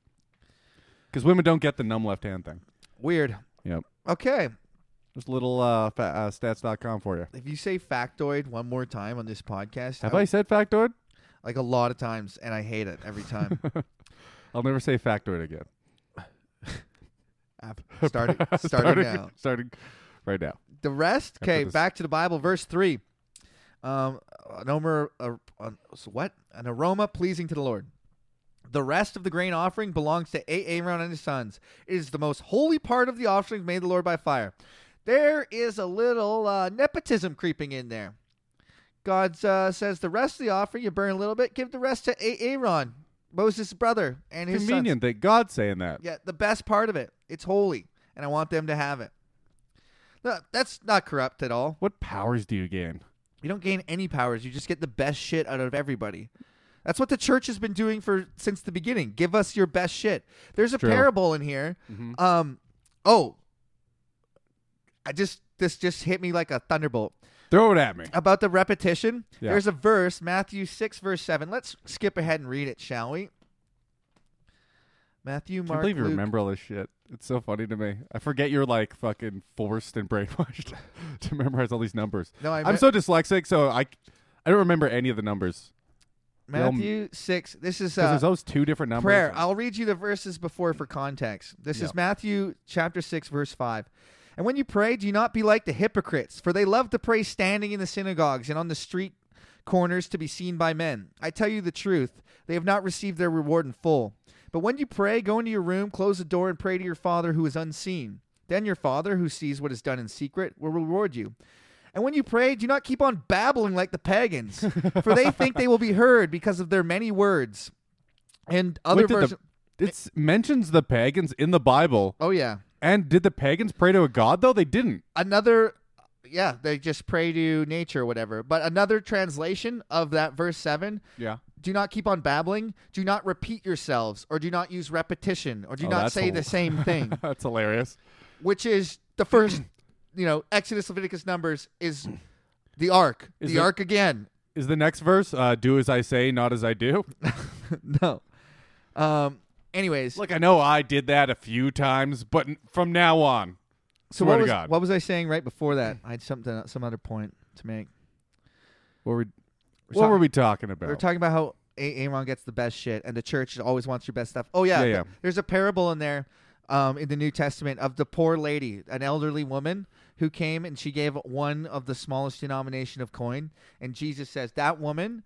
B: Because women don't get the numb left hand thing.
A: Weird.
B: Yep.
A: Okay.
B: There's a little uh, fa- uh, stats.com for you.
A: If you say factoid one more time on this podcast,
B: Have
A: I-
B: I said factoid?
A: like a lot of times, and I hate it every
B: [laughs]
A: time.
B: I'll never say factoid again.
A: [laughs] App- starting, starting now.
B: Starting right now.
A: The rest, okay.
B: this-
A: Back to the Bible, verse three. Um, an aroma, a, an- so what? An aroma pleasing to the Lord. The rest of the grain offering belongs to Aaron and his sons. It is the most holy part of the offering made to the Lord by fire. There is a little uh, nepotism creeping in there. God uh, says the rest of the offering you burn a little bit, give the rest to Aaron, Moses' brother, and his sons.
B: Convenient that God's saying that.
A: Yeah, the best part of it. It's holy, and I want them to have it. No, that's not corrupt at all.
B: What powers do you gain?
A: You don't gain any powers. You just get the best shit out of everybody. That's what the church has been doing for since the beginning. Give us your best shit. There's a
B: True.
A: parable in here.
B: Mhm.
A: Um, oh, I just this just hit me like a thunderbolt
B: Throw it at me.
A: about the repetition.
B: Yeah.
A: There's a verse, Matthew six verse seven. Let's skip ahead and read it, shall we? Matthew,
B: I can't
A: Mark,
B: believe you
A: Luke,
B: remember all this shit. It's so funny to me. I forget you're like fucking forced and [laughs] brainwashed to memorize all these numbers.
A: No, I
B: I'm
A: me-
B: so dyslexic, so I I don't remember any of the numbers. They'll-
A: Matthew 6. This is
B: Because
A: uh,
B: there's those two different numbers.
A: prayer. I'll read you the verses before for context. This
B: Yeah.
A: is Matthew chapter 6, verse 5. And when you pray, do not be like the hypocrites, for they love to pray standing in the synagogues and on the street corners to be seen by men. I tell you the truth, they have not received their reward in full. But when you pray, go into your room, close the door, and pray to your Father who is unseen. Then your Father, who sees what is done in secret, will reward you. And when you pray, do not keep on babbling like the
B: [laughs]
A: pagans, for they think they will be heard because of their many words. And other
B: Wait, did
A: versions.
B: the, it mentions the pagans in the Bible.
A: Oh yeah,
B: And did the pagans pray to a god though? They didn't.
A: another. Yeah, they just pray to nature or whatever. But another translation of that verse seven:
B: Yeah.
A: Do not keep on babbling. Do not repeat yourselves, or do not use repetition, or do
B: Oh,
A: not
B: that's
A: say
B: a-
A: the same thing.
B: [laughs] [laughs] That's hilarious.
A: Which is the first, you know, Exodus, Leviticus, Numbers is the ark.
B: Is
A: the
B: it-
A: ark
B: [laughs]
A: again.
B: Is the next verse uh, "Do as I say, not as I do"? [laughs]
A: no. Um. Anyways,
B: Look, I know I did that a few times, but n- from now on,
A: so
B: swear
A: what
B: to
A: was
B: God.
A: what was I saying right before that? I had something, some other point to make.
B: what were,
A: We're
B: what
A: talk-
B: were we talking about?
A: We were talking about how A- Aaron gets the best shit, and the church always wants your best stuff. Oh yeah,
B: Yeah,
A: th-
B: yeah.
A: There's a parable in there, um, in the New Testament of the poor lady, an elderly woman who came and she gave one of the smallest denomination of coin, and Jesus says that woman.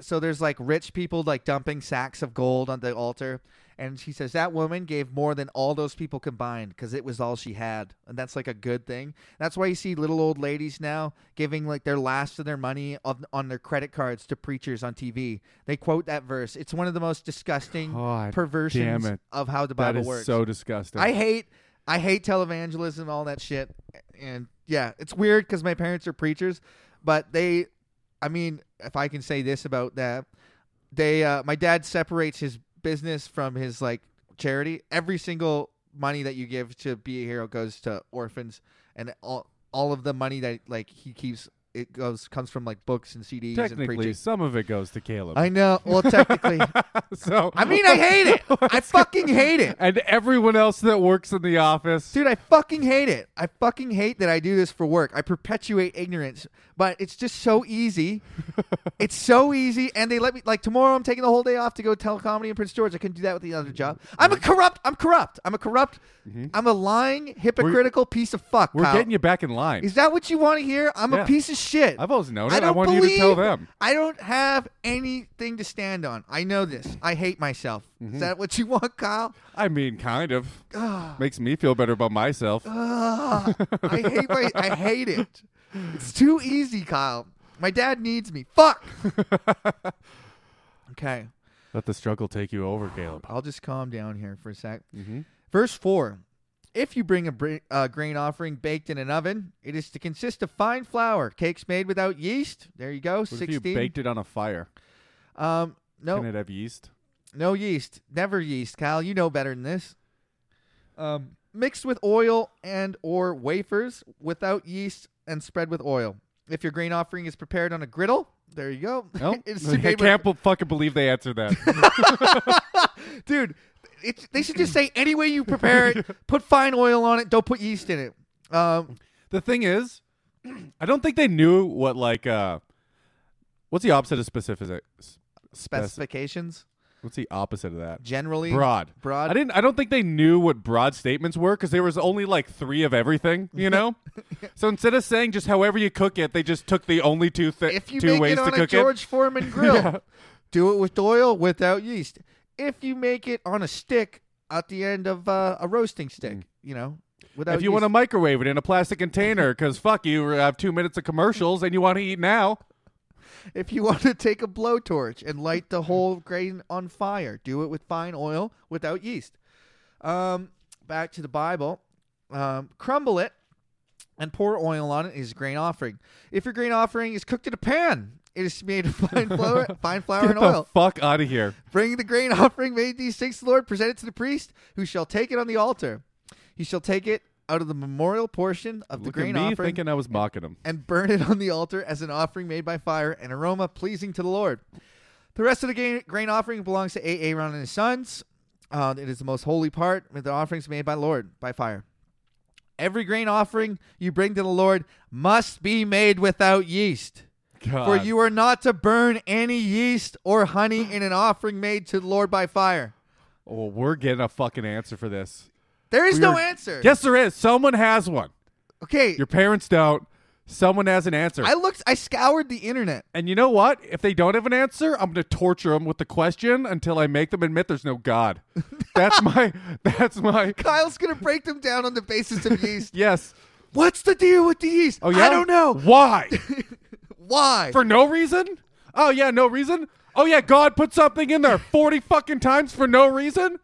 A: So there's like rich people like dumping sacks of gold on the altar, and she says that woman gave more than all those people combined because it was all she had, and that's like a good thing. That's why you see little old ladies now giving like their last of their money of, on their credit cards to preachers on TV. They quote that verse. It's one of the most disgusting
B: God
A: perversions
B: damn it.
A: of how the
B: that
A: Bible
B: is
A: works.
B: so disgusting.
A: I hate I hate televangelism, all that shit. And yeah, it's weird because my parents are preachers, but they, I mean, if I can say this about that, they, uh, my dad separates his business from his like charity. Every single money that you give to be a hero goes to orphans, and all all of the money that like he keeps it goes comes from like books and CDs and
B: Technically,
A: preaching.
B: some of it goes to Caleb.
A: I know. Well, technically,
B: [laughs] so
A: I mean, I hate it. I fucking hate it.
B: [laughs] and everyone else that works in the office.
A: Dude, I fucking hate it. I fucking hate that I do this for work. I perpetuate ignorance, but it's just so easy.
B: [laughs]
A: it's so easy, and they let me like tomorrow. I'm taking the whole day off to go tell comedy in Prince George. I couldn't do that with the other job. I'm a corrupt. I'm corrupt. I'm a corrupt. I'm a lying, hypocritical piece of fuck.
B: Mm-hmm. We're
A: Kyle.
B: getting you back in line.
A: Is that what you want to hear? I'm
B: Yeah.
A: a piece of shit.
B: I've always known
A: I
B: it. I
A: don't
B: want
A: believe,
B: you to tell them.
A: I don't have anything to stand on. I know this. I hate myself.
B: Mm-hmm.
A: Is that what you want, Kyle?
B: I mean, kind of.
A: Ugh.
B: Makes me feel better about myself.
A: Ugh. [laughs] I hate my. I hate it. It's too easy, Kyle. My dad needs me.
B: [laughs]
A: Fuck. okay,
B: Let the struggle take you over, Caleb.
A: I'll just calm down here for a sec.
B: Mm-hmm.
A: Verse four. If you bring a br- uh, grain offering baked in an oven, it is to consist of fine flour, cakes made without yeast. There you go.
B: What if you
A: Sixteen.
B: baked it on a fire?
A: um, no,
B: Can it have yeast?
A: No yeast. Never yeast, Kyle. You know better than this. Um, mixed with oil and or wafers without yeast and spread with oil. If your grain offering is prepared on a griddle, there you go.
B: No,
A: [laughs] It's
B: [laughs] I
A: to be-
B: can't be- fucking believe they answered
A: [laughs]
B: that.
A: Dude, it, they should
B: [laughs]
A: just say any way you prepare it, put fine oil on it, don't put yeast in it. Um,
B: the thing is, I don't think they knew what like uh, what's the opposite of specific? s- Spec-
A: specifications
B: what's the opposite of that?
A: generally
B: Broad.
A: Broad.
B: I didn't. I don't think they knew what broad statements were because there was only like three of everything. You
A: [laughs]
B: know. so instead of saying just however you cook it, they just took the only two thi-
A: If you
B: two
A: make
B: ways
A: it
B: to
A: on a
B: cook it.
A: George
B: [laughs]
A: Foreman grill,
B: Yeah.
A: do it with oil without yeast. If you make it on a stick at the end of uh, a roasting stick, you know, without
B: Mm. If you want to microwave it in a plastic container, because fuck you, we have two minutes of commercials and you want to
A: [laughs]
B: eat now.
A: to, if you want to take a blowtorch and light the
B: [laughs]
A: whole grain on fire, do it with fine oil without yeast. Um, back to the Bible, um, crumble it and pour oil on it is grain offering. If your grain offering is cooked in a pan, it is made of
B: [laughs]
A: fine flour, fine flour
B: Get
A: and
B: the
A: oil.
B: fuck out of here.
A: Bring the grain offering made these things to the Lord, present it to the priest, who shall take it on the altar. He shall take it out of the memorial portion of the
B: Look
A: [laughs] grain
B: at me
A: offering
B: thinking I was mocking him.
A: and burn it on the altar as an offering made by fire, an aroma pleasing to the Lord. The rest of the grain, grain offering belongs to Aaron and his sons. Uh, it is the most holy part of the offerings made by the Lord by fire. Every grain offering you bring to the Lord must be made without yeast.
B: God.
A: For you are not to burn any yeast or honey in an offering made to the Lord by fire.
B: Well, we're getting a fucking answer for this.
A: There is
B: We
A: no
B: are-
A: answer.
B: Yes, there is. Someone has one.
A: Okay.
B: Your parents don't. Someone has an answer.
A: I looked. I scoured the internet.
B: and you know what? If they don't have an answer, I'm going to torture them with the question until I make them admit there's no God.
A: [laughs]
B: that's my. That's my.
A: Kyle's gonna break them down on the basis
B: [laughs]
A: of yeast.
B: Yes.
A: What's the deal with the yeast?
B: Oh yeah.
A: I don't know [laughs]
B: Why?
A: why.
B: For no reason? Oh yeah, no reason? Oh yeah, God put something in there 40 fucking times for no reason?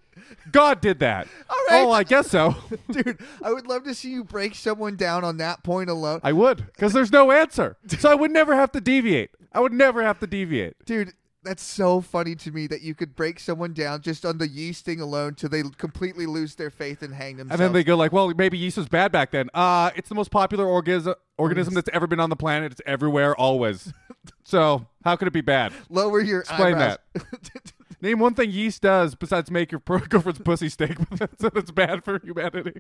B: God did that.
A: All right.
B: Oh, I
A: [laughs]
B: guess so.
A: [laughs] Dude, I would love to see you break someone down on that point alone.
B: I would, because there's no answer. So I would never have to deviate. I would never have to deviate.
A: Dude, that's so funny to me that you could break someone down just on the yeast thing alone till they completely lose their faith and hang
B: And
A: themselves.
B: then they go like, well, maybe yeast was bad back then. Uh, it's the most popular organism organism that's ever been on the planet. It's everywhere, [laughs] always. So how could it be bad?
A: lower your
B: Explain
A: eyebrows. [laughs]
B: Name one thing yeast does besides make your [laughs] girlfriend's pussy stink. that's, that's bad for [laughs] humanity.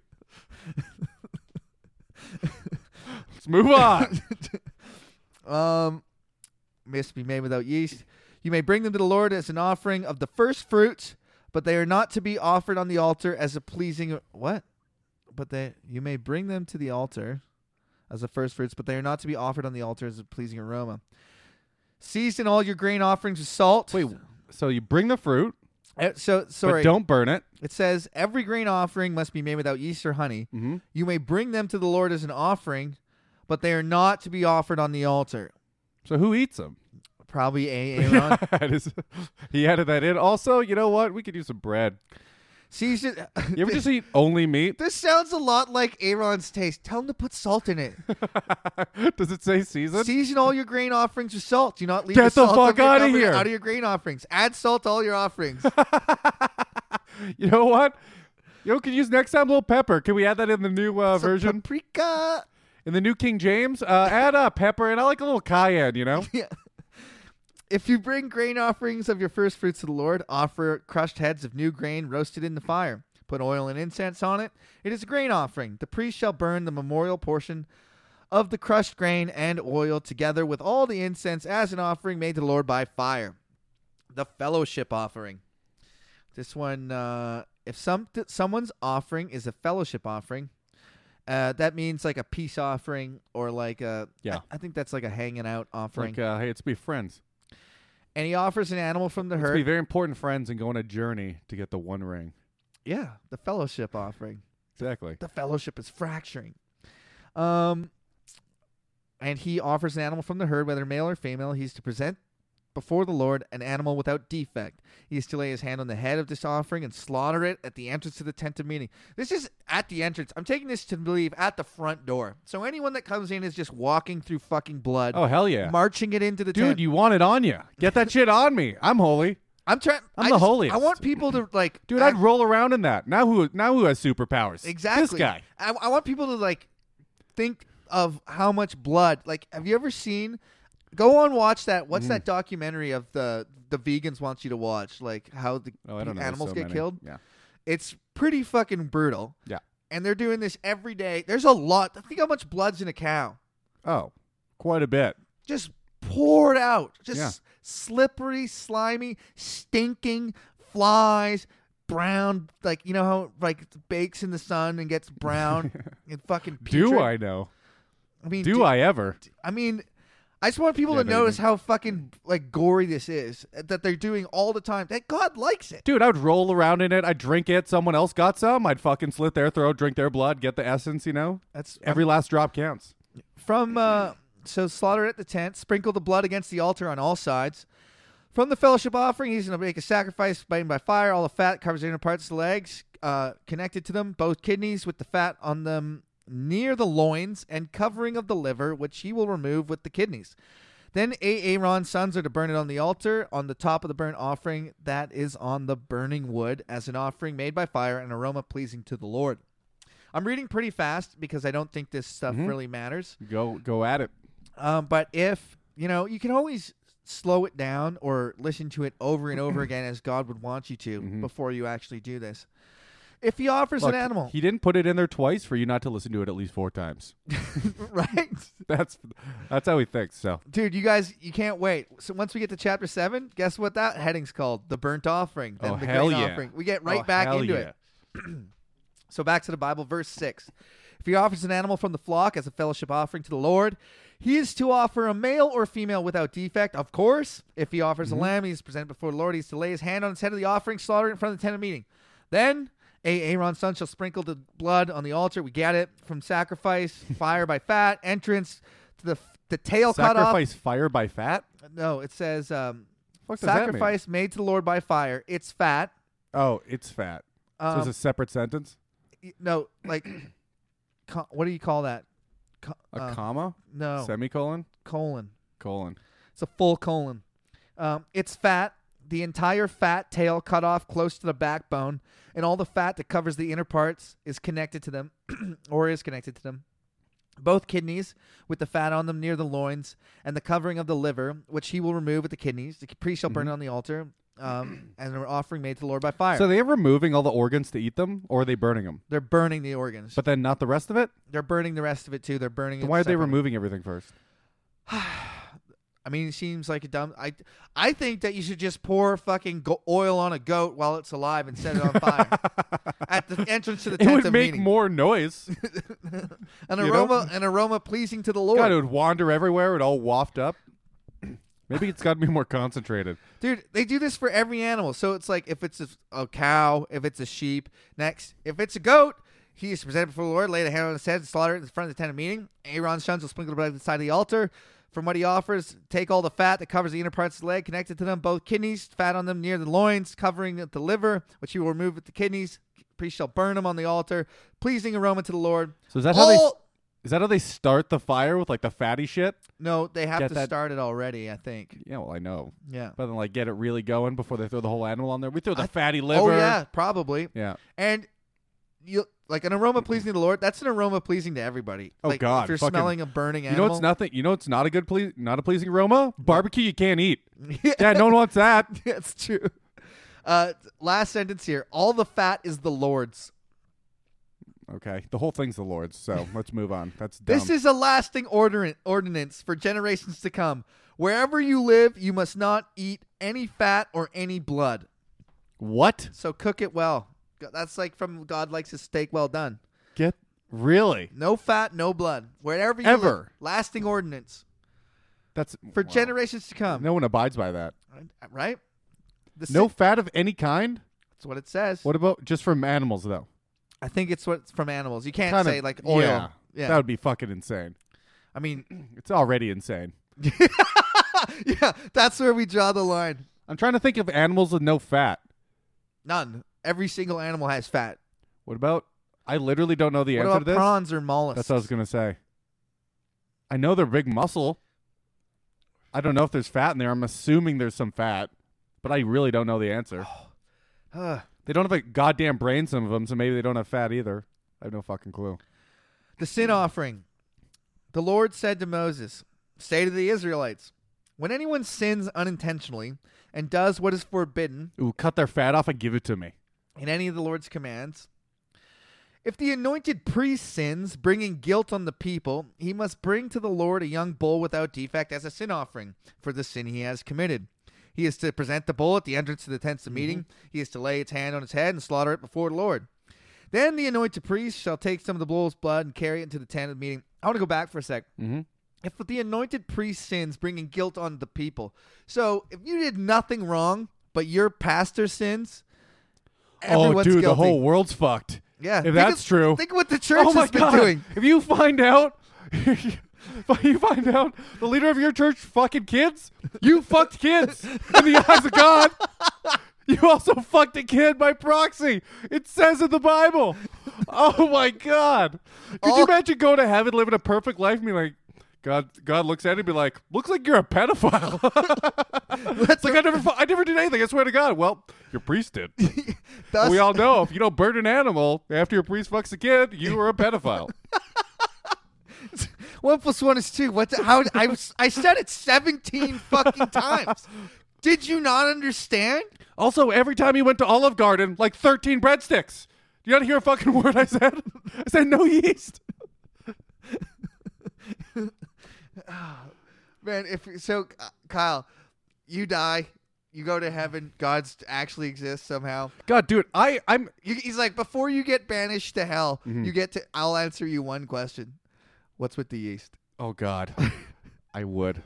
B: Let's move on.
A: um, must be made without yeast. You may bring them to the Lord as an offering of the first fruits, but they are not to be offered on the altar as a pleasing what? But they you may bring them to the altar as the first fruits, but they are not to be offered on the altar as a pleasing aroma. Season all your grain offerings with salt.
B: [laughs] Wait, so you bring the fruit,
A: Uh, so sorry.
B: but don't burn it.
A: It says every grain offering must be made without yeast or honey.
B: Mm-hmm.
A: You may bring them to the Lord as an offering, but they are not to be offered on the altar.
B: So who eats them?
A: Probably Aaron.
B: [laughs] That is- he added that in. Also, you know what? We could use some bread. [laughs]
A: Season. [laughs]
B: You ever just eat only meat?
A: This sounds a lot like Aaron's taste. Tell him to put salt
B: [laughs]
A: in it.
B: Does it say season?
A: Season all your grain offerings with salt. Do not leave
B: Get the
A: salt
B: fuck
A: of your
B: outta
A: government
B: here.
A: Out of your grain offerings. Add salt to all your offerings.
B: [laughs] you know what? You know, what we could use next time a little pepper. Can we add that in the new uh,
A: Some
B: version?
A: paprika.
B: It In the New King James, uh, add up pepper, and I like a little cayenne. You know,
A: [laughs] Yeah. If you bring grain offerings of your first fruits to the Lord, offer crushed heads of new grain roasted in the fire. Put oil and incense on it. It is a grain offering. The priest shall burn the memorial portion of the crushed grain and oil together with all the incense as an offering made to the Lord by fire. The fellowship offering. This one, uh, if some someone's offering is a fellowship offering, uh, that means like a peace offering or like a
B: Yeah.
A: I, I think that's like a hanging out offering
B: like uh, hey, it's be friends.
A: and he offers an animal from the
B: It's be
A: herd.
B: very important friends and go on a journey to get the one ring.
A: yeah, the fellowship offering.
B: Exactly.
A: The fellowship is fracturing. Um, and he offers an animal from the herd, whether male or female. He's to present before the Lord an animal without defect. He is to lay his hand on the head of this offering and slaughter it at the entrance to the tent of meeting. This is at the entrance. I'm taking this to believe at the front door. So anyone that comes in is just walking through fucking blood,
B: Oh hell yeah,
A: marching it into the
B: dude!
A: tent.
B: You want it on you? Get that shit on me. I'm holy,
A: I'm trying.
B: I'm
A: I
B: the
A: just-
B: holiest.
A: I want people to like,
B: dude.
A: act-
B: I'd roll around in that. Now who? Now who has superpowers?
A: Exactly.
B: This guy.
A: I, I want people to like think of how much blood. Like, have you ever seen? Go on, watch that. What's
B: Mm.
A: that documentary of the the vegans want you to watch? Like how the
B: Oh, I don't know. There's
A: animals
B: so
A: get
B: many.
A: killed.
B: Yeah.
A: It's pretty fucking brutal.
B: Yeah.
A: And they're doing this every day. There's a lot. Think how much blood's in a cow.
B: Oh, quite a bit.
A: Just poured out. Just
B: Yeah.
A: slippery, slimy, stinking flies. Brown, like you know how it, like bakes in the sun and gets
B: [laughs]
A: brown and fucking. Putrid.
B: Do I know?
A: I mean,
B: Do
A: dude,
B: I ever?
A: I mean, I just want people
B: Yeah,
A: to
B: no, you
A: notice
B: don't.
A: how fucking like gory this is that they're doing all the time. That God likes it.
B: Dude, I would roll around in it. I'd drink it. Someone else got some. I'd fucking slit their throat, drink their blood, get the essence, you know?
A: That's
B: Every last drop counts.
A: from uh, so slaughter at the tent, sprinkle the blood against the altar on all sides. From the fellowship offering, he's going to make a sacrifice by by fire. All the fat covers the inner parts of the legs, uh, connected to them, both kidneys with the fat on them near the loins, and covering of the liver, which he will remove with the kidneys. Then Aaron's sons are to burn it on the altar, on the top of the burnt offering that is on the burning wood, as an offering made by fire, an aroma pleasing to the Lord. I'm reading pretty fast because I don't think this stuff really matters.
B: Go go at it.
A: Um, but if you know, you can always slow it down or listen to it over and over again as God would want you to before you actually do this. If he offers
B: Mm-hmm. Look,
A: an animal,
B: He didn't put it in there twice for you not to listen to it at least four times.
A: [laughs]
B: [laughs]
A: right,
B: That's that's how he thinks. So
A: dude, you guys, you can't wait. So once we get to chapter seven, guess what that heading's called? The burnt offering, then
B: Oh,
A: the
B: hell
A: grain
B: yeah.
A: offering. We get right
B: Oh,
A: back
B: hell
A: into
B: yeah.
A: it. So back to the Bible, verse 6. If he offers an animal from the flock as a fellowship offering to the Lord, he is to offer a male or female without defect, of course. If he offers
B: Mm-hmm.
A: a lamb, he is presented before the Lord. He is to lay his hand on his head of the offering, slaughter it in front of the tent of meeting. Then a Aaron's son shall sprinkle the blood on the altar. We get it from sacrifice,
B: [laughs]
A: fire by fat, entrance to the the tail
B: Sacrifice fire by fat?
A: cut off. No, it says um,
B: Fuck does that mean?
A: sacrifice made to the Lord by fire. It's fat.
B: Oh, it's fat. so
A: Um,
B: it's a separate sentence?
A: y- no, like,
B: [clears throat]
A: co- what do you call that? Co-
B: A
A: um,
B: comma?
A: no,
B: Semicolon?
A: colon.
B: Colon.
A: It's a full colon. Um, it's fat. The entire fat tail cut off close to the backbone, and all the fat that covers the inner parts is connected to them, [clears throat] or is connected to them. Both kidneys, with the fat on them near the loins, and the covering of the liver, which he will remove with the kidneys. The priest shall burn it on the altar, um, [clears throat] and an offering made to the Lord by fire.
B: Mm-hmm. So they are removing all the organs to eat them, or are they burning them?
A: they're burning the organs.
B: But then not the rest of it?
A: they're burning the rest of it too. They're burning.
B: Then
A: it
B: why are they
A: separately.
B: removing everything first?
A: I mean, it seems like a dumb. I I think that you should just pour fucking go- oil on a goat while it's alive and set it on
B: [laughs]
A: fire at the entrance to the
B: It
A: tent
B: would
A: of
B: make
A: meeting. [laughs]
B: more noise.
A: an
B: you know?
A: aroma, an aroma pleasing to the Lord,
B: God, it would wander everywhere. It all waft up. [clears throat] Maybe it's got to be more concentrated.
A: dude. They do this for every animal. So it's like if it's a, a cow, if it's a sheep, next if it's a goat. He is presented before the Lord, laid a hand on his head, and slaughtered it in front of the tent of meeting. Aaron's sons will sprinkle the blood inside the altar. From what he offers, take all the fat that covers the inner parts of the leg, connected to them, both kidneys, fat on them near the loins, covering the liver, which he will remove with the kidneys. Priest shall burn them on the altar, pleasing aroma to the Lord.
B: So is that how they
A: All-
B: is that how they start the fire with like the fatty shit?
A: No, they have
B: Get
A: to
B: that-
A: start it already. I think.
B: Yeah, well I know,
A: Yeah.
B: but then like get it really going before they throw the whole animal on there. We throw the fatty liver.
A: Oh yeah, probably.
B: yeah.
A: And you like an aroma pleasing to the Lord. That's an aroma pleasing to everybody.
B: Oh,
A: like,
B: God,
A: If you're
B: fucking-
A: smelling a burning
B: You
A: animal,
B: know it's nothing. You know it's not a good ple- not a pleasing aroma. Barbecue you can't eat.
A: [laughs] Yeah.
B: Yeah, no one wants that. [laughs]
A: That's true. Uh, last sentence here. All the fat is the Lord's.
B: Okay, the whole thing's the Lord's.
A: [laughs]
B: So let's move on. That's dumb.
A: This is a lasting ordin- ordinance for generations to come. Wherever you live, you must not eat any fat or any blood.
B: what
A: So cook it well. Go- That's like from God likes his steak well done.
B: get really.
A: No fat, no blood. Wherever you
B: Ever.
A: live, lasting ordinance
B: That's
A: for
B: wow.
A: generations to come.
B: No one abides by that.
A: Right? The
B: No
A: si-
B: fat of any kind.
A: that's what it says.
B: What about just from animals though?
A: I think it's what's from animals. You can't
B: Kinda-
A: say like oil.
B: Yeah,
A: Yeah.
B: that would be fucking insane.
A: I mean, [laughs]
B: It's already insane.
A: yeah, that's where we draw the line.
B: I'm trying to think of animals with no fat.
A: None. Every single animal has fat.
B: What about? I literally don't know the
A: What
B: answer
A: about
B: to this.
A: prawns or mollusks?
B: That's what I was gonna say. I know they're big muscle. I don't know if there's fat in there. I'm assuming there's some fat, but I really don't know the answer.
A: Ugh.
B: They don't have a goddamn brain, some of them, so maybe they don't have fat either. I have no fucking clue.
A: [sighs] The sin offering. The Lord said to Moses, Say to the Israelites, when anyone sins unintentionally and does what is forbidden
B: Ooh, cut their fat off and give it to me.
A: in any of the Lord's commands, if the anointed priest sins, bringing guilt on the people, he must bring to the Lord a young bull without defect as a sin offering for the sin he has committed. He is to present the bull at the entrance to the tents of meeting.
B: Mm-hmm.
A: He is to lay its hand on its head and slaughter it before the Lord. Then the anointed priest shall take some of the bull's blood and carry it into the tent of meeting. I want to go back for a sec.
B: Mm-hmm.
A: If the anointed priest sins, bringing guilt on the people. So if you did nothing wrong, but your pastor sins,
B: Oh,
A: everyone's
B: dude, the
A: guilty.
B: whole world's fucked.
A: yeah.
B: if
A: think
B: that's
A: of-
B: true.
A: Think of what the church
B: oh my
A: has been
B: God.
A: doing.
B: If you find out, [laughs] if you find out the leader of your church fucking kids, you fucked kids in the eyes of God. You also fucked a kid by proxy. It says in the Bible. Oh my God! Could you
A: All-
B: imagine going to heaven, living a perfect life, and be like, God? God looks at it and be like, "Looks like you're a pedophile." [laughs] it's like I never, fu- I never did anything. I swear to God. Well, your priest did.
A: Thus,
B: We all know if you don't burn an animal after your priest fucks a kid, you are a pedophile.
A: one plus one is two. What? The, how? I was- I said it
B: [laughs]
A: seventeen fucking times. Did you not understand?
B: [laughs] Also, every time he went to Olive Garden, like 13 breadsticks. You not hear a fucking [laughs] word I said? I said no yeast.
A: Man, if so, uh, Kyle, you die, you go to heaven. God's actually exists somehow.
B: God, dude, I, I'm.
A: You, he's like, before you get banished to hell,
B: Mm-hmm.
A: you get to. I'll answer you one question. What's with the yeast?
B: Oh God, I would.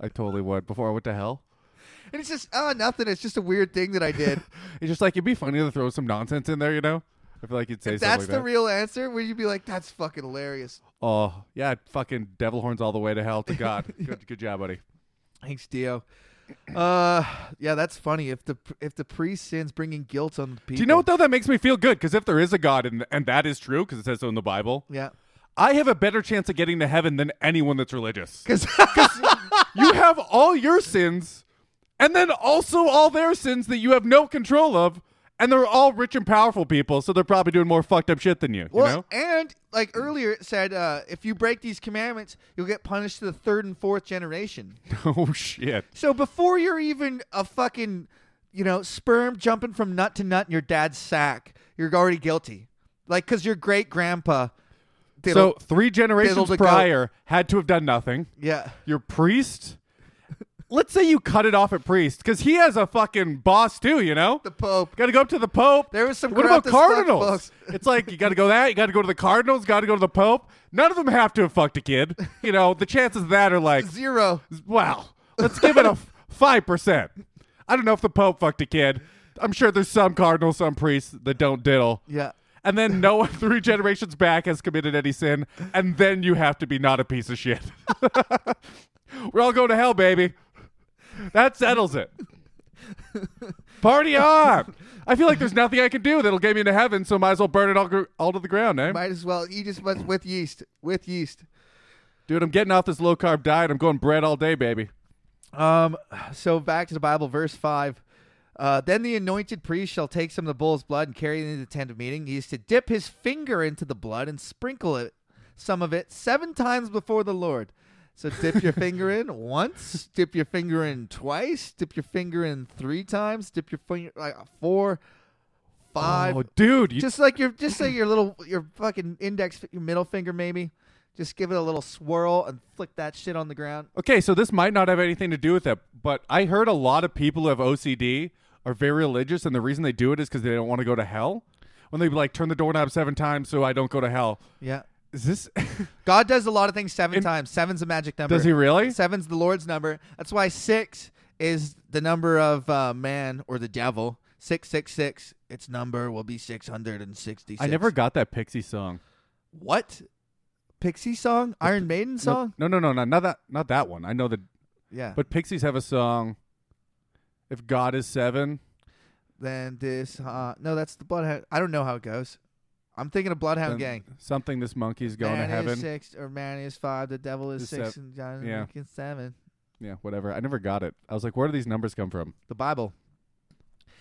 B: I totally would. Before I went to hell,
A: And it's just, oh, nothing. It's just a weird thing that I
B: [laughs]
A: did.
B: it's just like it'd be funny to throw some nonsense in there, you know? I feel like you'd say
A: if
B: something
A: that's
B: like
A: the
B: that.
A: real answer, would you be like, that's fucking hilarious?
B: oh yeah, fucking devil horns all the way to hell to [laughs] God. good, good job, buddy.
A: Thanks, Dio. Uh, yeah, that's funny. If the if the priest sins, bringing guilt on the people.
B: Do you know what though? That makes me feel good because if there is a God and and that is true because it says so in the Bible, [laughs]
A: Yeah,
B: I have a better chance of getting to heaven than anyone that's
A: [laughs]
B: religious.
A: because
B: you have all your sins and then also all their sins that you have no control of and they're all rich and powerful people so they're probably doing more fucked up shit than you you know [laughs]
A: well, and like earlier it said, uh, if you break these commandments, you'll get punished to the third and fourth
B: [laughs]
A: generation.
B: oh shit
A: So before you're even a fucking, you know, sperm jumping from nut to nut in your dad's sack, you're already guilty. Like, because your great grandpa.
B: so three generations
A: diddled a goat.
B: prior had to have done nothing
A: yeah.
B: your priest let's say you cut it off at priest because he has a fucking boss too you know
A: The Pope.
B: Got to go up to the Pope.
A: There was some
B: What about
A: corrupt as fuck
B: Cardinals?
A: folks.
B: [laughs] It's like you got to go that. You got to go to the Cardinals. Got to go to the Pope. None of them have to have fucked
A: [laughs]
B: a kid. You know the chances of that are like
A: Zero.
B: Wow. Let's
A: [laughs]
B: give it a five percent. I don't know if the Pope fucked a kid. I'm sure there's some cardinal, some priests that don't diddle.
A: Yeah.
B: And then no one [laughs] three generations back has committed any sin, and then you have to be not a piece of shit. [laughs] We're all going to hell, baby. That settles it. Party on! I feel like there's nothing I can do that'll get me into heaven, so might as well burn it all, gr- all to the ground, eh?
A: Might as well. You just must with yeast. With yeast.
B: Dude, I'm getting off this low carb diet. I'm going bread all day, baby.
A: Um, so back to the Bible, verse five. Uh, then the anointed priest shall take some of the bull's blood and carry it into the tent of meeting. He is to dip his finger into the blood and sprinkle it, some of it, seven times before the Lord. So dip your finger in [laughs] once, dip your finger in twice, dip your finger in three times, dip your finger like four, five,
B: oh, dude, you
A: just like your just like your little your fucking index your middle finger maybe just give it a little swirl and flick that shit on the ground
B: Okay, so this might not have anything to do with it, but I heard a lot of people who have OCD are very religious, and the reason they do it is because they don't want to go to hell. When they like turn the doorknob seven times so I don't go to hell.
A: yeah
B: Is this? [laughs]
A: god does a lot of things seven
B: And-
A: times seven's a magic number
B: does he really?
A: seven's the lord's number that's why six is the number of uh, man or the devil 666 its number will be 666
B: I never got that Pixie song.
A: what pixie song iron maiden
B: No-
A: song
B: No, no, no, no, not that, not that one. I know that,
A: yeah
B: but Pixies have a song. If God is seven,
A: then this uh no that's the bloodhound i don't know how it goes i'm thinking of bloodhound
B: then
A: gang
B: something this monkey's going
A: man
B: to
A: is
B: heaven.
A: six, or man is five. The devil is
B: Is
A: six,
B: sev-
A: and John
B: yeah.
A: Lincoln's seven.
B: Yeah, whatever. I never got it. I was like, where do these numbers come from?
A: The Bible.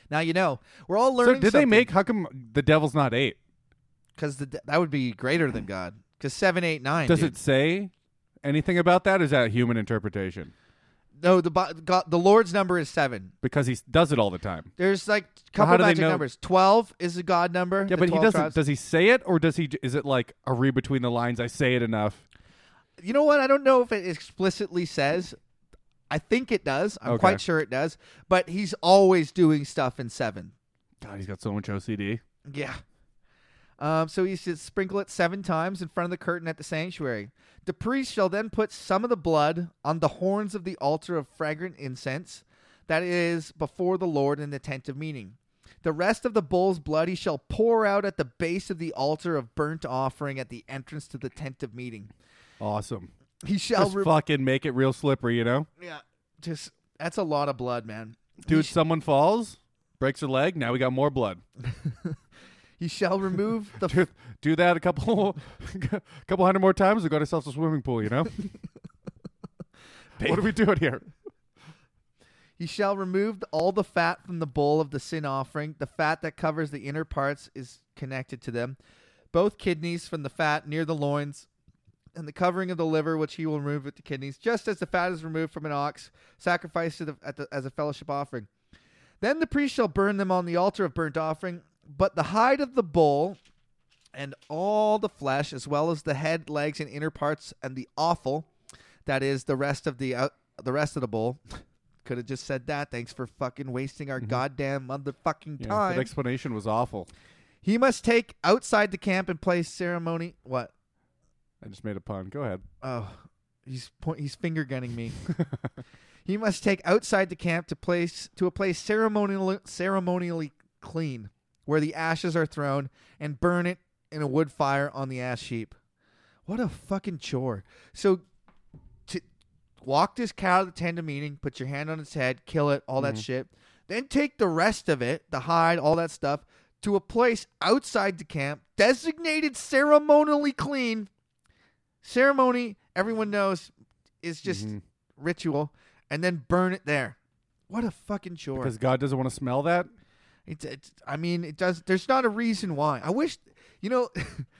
A: Now you know we're all
B: So
A: learning.
B: did they make? How come the devil's not eight?
A: Because de- that would be greater than God. Because seven, eight, nine.
B: Does
A: dude.
B: it say anything about that? Or is that human interpretation?
A: No, the Bi- God, the Lord's number is seven.
B: Because he s- does it all the time.
A: There's like a
B: Well, how
A: couple
B: do they
A: magic
B: know-
A: numbers. Twelve is a God number.
B: Yeah,
A: the
B: but he
A: 12
B: doesn't.
A: tribes.
B: Does he say it, or does he? j- Is it like a read between the lines? I say it enough.
A: You know what? I don't know if it explicitly says. I think it does. I'm
B: Okay.
A: quite sure it does. But he's always doing stuff in seven.
B: God, he's got so much OCD.
A: Yeah. Um, so he should sprinkle it seven times in front of the curtain at the sanctuary. The priest shall then put some of the blood on the horns of the altar of fragrant incense that is before the Lord in the tent of meeting. The rest of the bull's blood he shall pour out at the base of the altar of burnt offering at the entrance to the tent of meeting.
B: Awesome.
A: He shall
B: Just
A: re-
B: fucking make it real slippery, you know,
A: yeah, just that's a lot of blood, man. He
B: dude.
A: sh-
B: Someone falls, breaks their leg. Now we got more blood. [laughs]
A: he shall remove the
B: Do, do that a couple, [laughs] couple hundred more times. We got ourselves a swimming pool, you know. what are we doing here?
A: He shall remove th- all the fat from the bowl of the sin offering. The fat that covers the inner parts is connected to them. Both kidneys from the fat near the loins, and the covering of the liver, which he will remove with the kidneys, just as the fat is removed from an ox sacrificed to the, at the, as a fellowship offering. Then the priest shall burn them on the altar of burnt offering, but the hide of the bull and all the flesh, as well as the head, legs, and inner parts, and the offal, that is the rest of the out the rest of the [laughs] bowl. Could have just said that. Thanks for fucking wasting our goddamn motherfucking
B: [laughs] Yeah,
A: time.
B: that explanation was awful.
A: he must take outside the camp and place ceremony. What?
B: I just made a pun. Go ahead.
A: Oh, he's point, he's finger gunning me. he must take outside the camp to place to a place ceremonially ceremonially clean, where the ashes are thrown, and burn it in a wood fire on the ash heap. What a fucking chore! So, to walk this cow to the tender meeting, put your hand on its head, kill it, all that shit. Then take the rest of it, the hide, all that stuff, to a place outside the camp, designated ceremonially clean. Ceremony, everyone knows, is just
B: Mhm.
A: ritual, and then burn it there. What a fucking chore!
B: because God doesn't want to smell that.
A: It's, it's I mean, it does. There's not a reason why. I wish, you know, [laughs]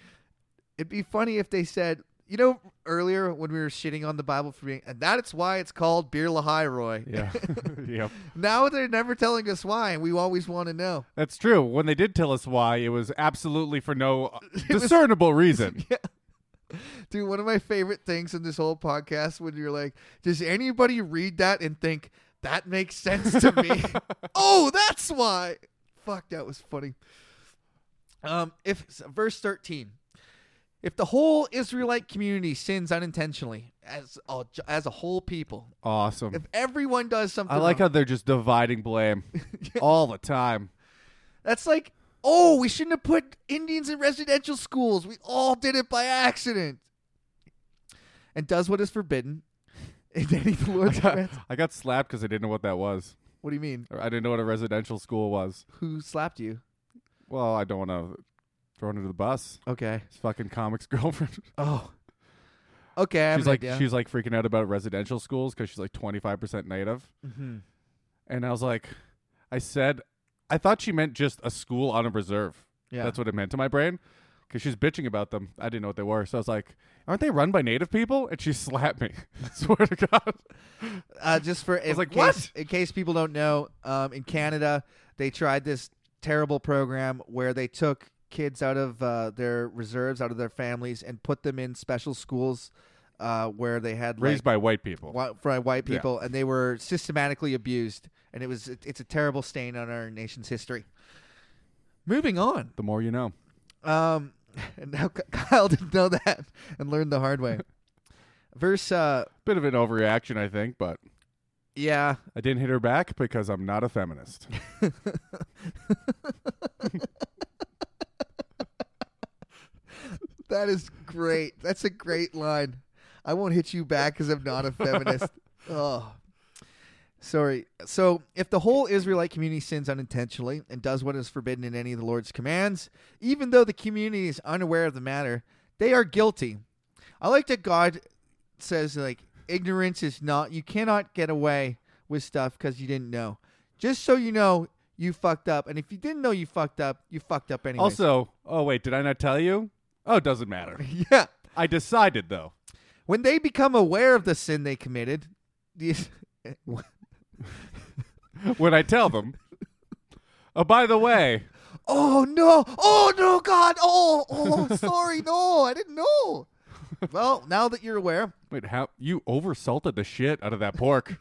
A: it'd be funny if they said, you know, earlier when we were shitting on the Bible for being, and that's why it's called Beer Lahai Roy.
B: Yeah. [laughs] yep.
A: [laughs] Now they're never telling us why, and we always want to know.
B: That's true. When they did tell us why, it was absolutely for no uh, discernible reason.
A: Dude, one of my favorite things in this whole podcast when you're like, does anybody read that and think that makes sense to
B: [laughs]
A: me? oh, that's why. Fuck, that was funny. Um, if verse 13. If the whole Israelite community sins unintentionally as a, as a whole people,
B: Awesome.
A: if everyone does something
B: I like
A: wrong,
B: how they're just dividing blame all the time.
A: that's like, oh, we shouldn't have put Indians in residential schools. We all did it by accident. And does what is forbidden. [laughs] And then he [laughs] the Lord's
B: I
A: command-
B: got slapped because I didn't know what that was.
A: What do you mean?
B: Or I didn't know what a residential school was.
A: Who slapped you?
B: Well, I don't want to throw under the bus.
A: Okay.
B: It's fucking comic's [laughs] girlfriend.
A: Oh. Okay. I have
B: she's
A: an
B: like
A: idea.
B: she's like freaking out about residential schools because she's like twenty five percent native.
A: Mhm.
B: And I was like, I I said, I thought she meant just a school on a reserve.
A: Yeah.
B: That's what it meant to my brain. Because she's bitching about them. I didn't know what they were. So I was like, aren't they run by native people? And she [laughs] slapped me. swear to God.
A: uh, just for in
B: like,
A: case,
B: "What?"
A: in case people don't know, um, in Canada they tried this terrible program where they took kids out of uh, their reserves, out of their families, and put them in special schools uh, where they had
B: Raised
A: like,
B: by white people.
A: whi- for white
B: Yeah.
A: people, and they were systematically abused, and it was it- it's a terrible stain on our nation's history. Moving on,
B: The more you know.
A: um, [laughs] and now Ky- Kyle didn't know that and learned the hard
B: [laughs]
A: way. Verse, uh,
B: Bit of an overreaction, I think, but
A: yeah,
B: I didn't hit her back because I'm not a feminist.
A: That is great. That's a great line. I won't hit you back because I'm not a feminist. oh, sorry. So, if the whole Israelite community sins unintentionally and does what is forbidden in any of the Lord's commands, even though the community is unaware of the matter, they are guilty. I like that God says, like, ignorance is not, you cannot get away with stuff because you didn't know. Just so you know, you fucked up. And if you didn't know you fucked up, you fucked up anyway.
B: also, oh, wait, did I not tell you? Oh, it doesn't matter.
A: [laughs] yeah.
B: I decided, though.
A: when they become aware of the sin they committed, the- [laughs]
B: when I tell them. Oh, by the way,
A: oh no, oh no, God, oh, oh, sorry, no, I didn't
B: [laughs]
A: know. Well, now that you're aware,
B: wait, how you oversalted the shit out of that
A: [laughs]
B: pork?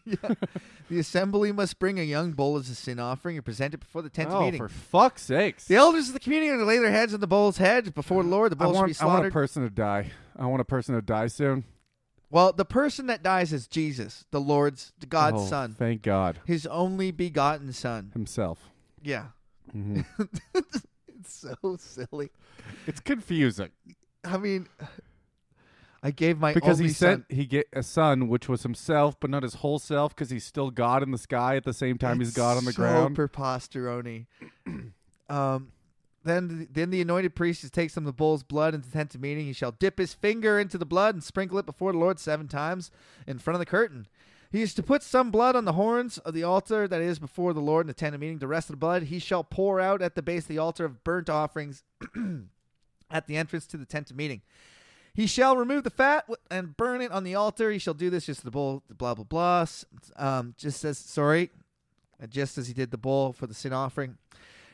A: the assembly must bring a young bull as a sin offering and present it before the tenth
B: oh,
A: meeting.
B: for fuck's sakes!
A: the elders of the community are to lay their heads on the bull's head before the Lord. The
B: I
A: bull shall be
B: want, I want a
A: slaughtered.
B: person to die. I want a person to die soon.
A: well, the person that dies is Jesus, the Lord's, the God's
B: Oh,
A: Son,
B: Thank God
A: His only begotten Son.
B: himself.
A: Yeah,
B: Mhm.
A: [laughs] it's so silly.
B: it's confusing
A: I mean, I gave my
B: because
A: only
B: he
A: son.
B: sent he get a son, which was himself, but not his whole self, because he's still God in the sky at the same time he's
A: It's
B: God on the
A: so
B: ground.
A: Preposterone. um, then then the anointed priest shall take some of the bull's blood into the tent of meeting. He shall dip his finger into the blood and sprinkle it before the Lord seven times in front of the curtain. He is to put some blood on the horns of the altar that is before the Lord in the tent of meeting. The rest of the blood he shall pour out at the base of the altar of burnt offerings at the entrance to the tent of meeting. He shall remove the fat wi- and burn it on the altar. He shall do this just the bull, blah blah blah. S- Um, just says sorry, uh, just as he did the bull for the sin offering.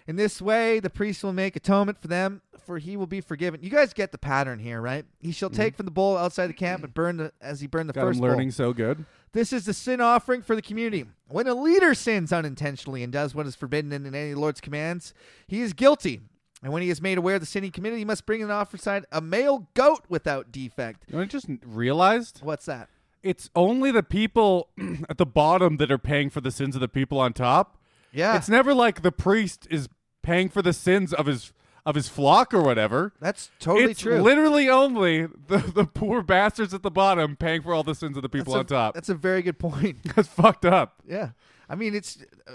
A: In this way, the priest will make atonement for them, for he will be forgiven. You guys get the pattern here, right? He shall take from the bull outside the camp and burn the, as he burned the
B: God, I'm
A: first bull.
B: learning so good.
A: This is the sin offering for the community. When a leader sins unintentionally and does what is forbidden in any of the Lord's commands, he is guilty. And when he is made aware of the sin he committed, he must bring an offering a male goat without defect.
B: You know, what I just realized
A: What's that?
B: it's only the people [clears throat] at the bottom that are paying for the sins of the people on top.
A: Yeah,
B: It's never like the priest is paying for the sins of his of his flock or whatever.
A: that's totally
B: it's
A: true.
B: literally only the, the poor bastards at the bottom paying for all the sins of the people
A: that's a,
B: on top. [laughs] That's,
A: That's a very good point. [laughs]
B: fucked up.
A: Yeah. I mean, it's uh,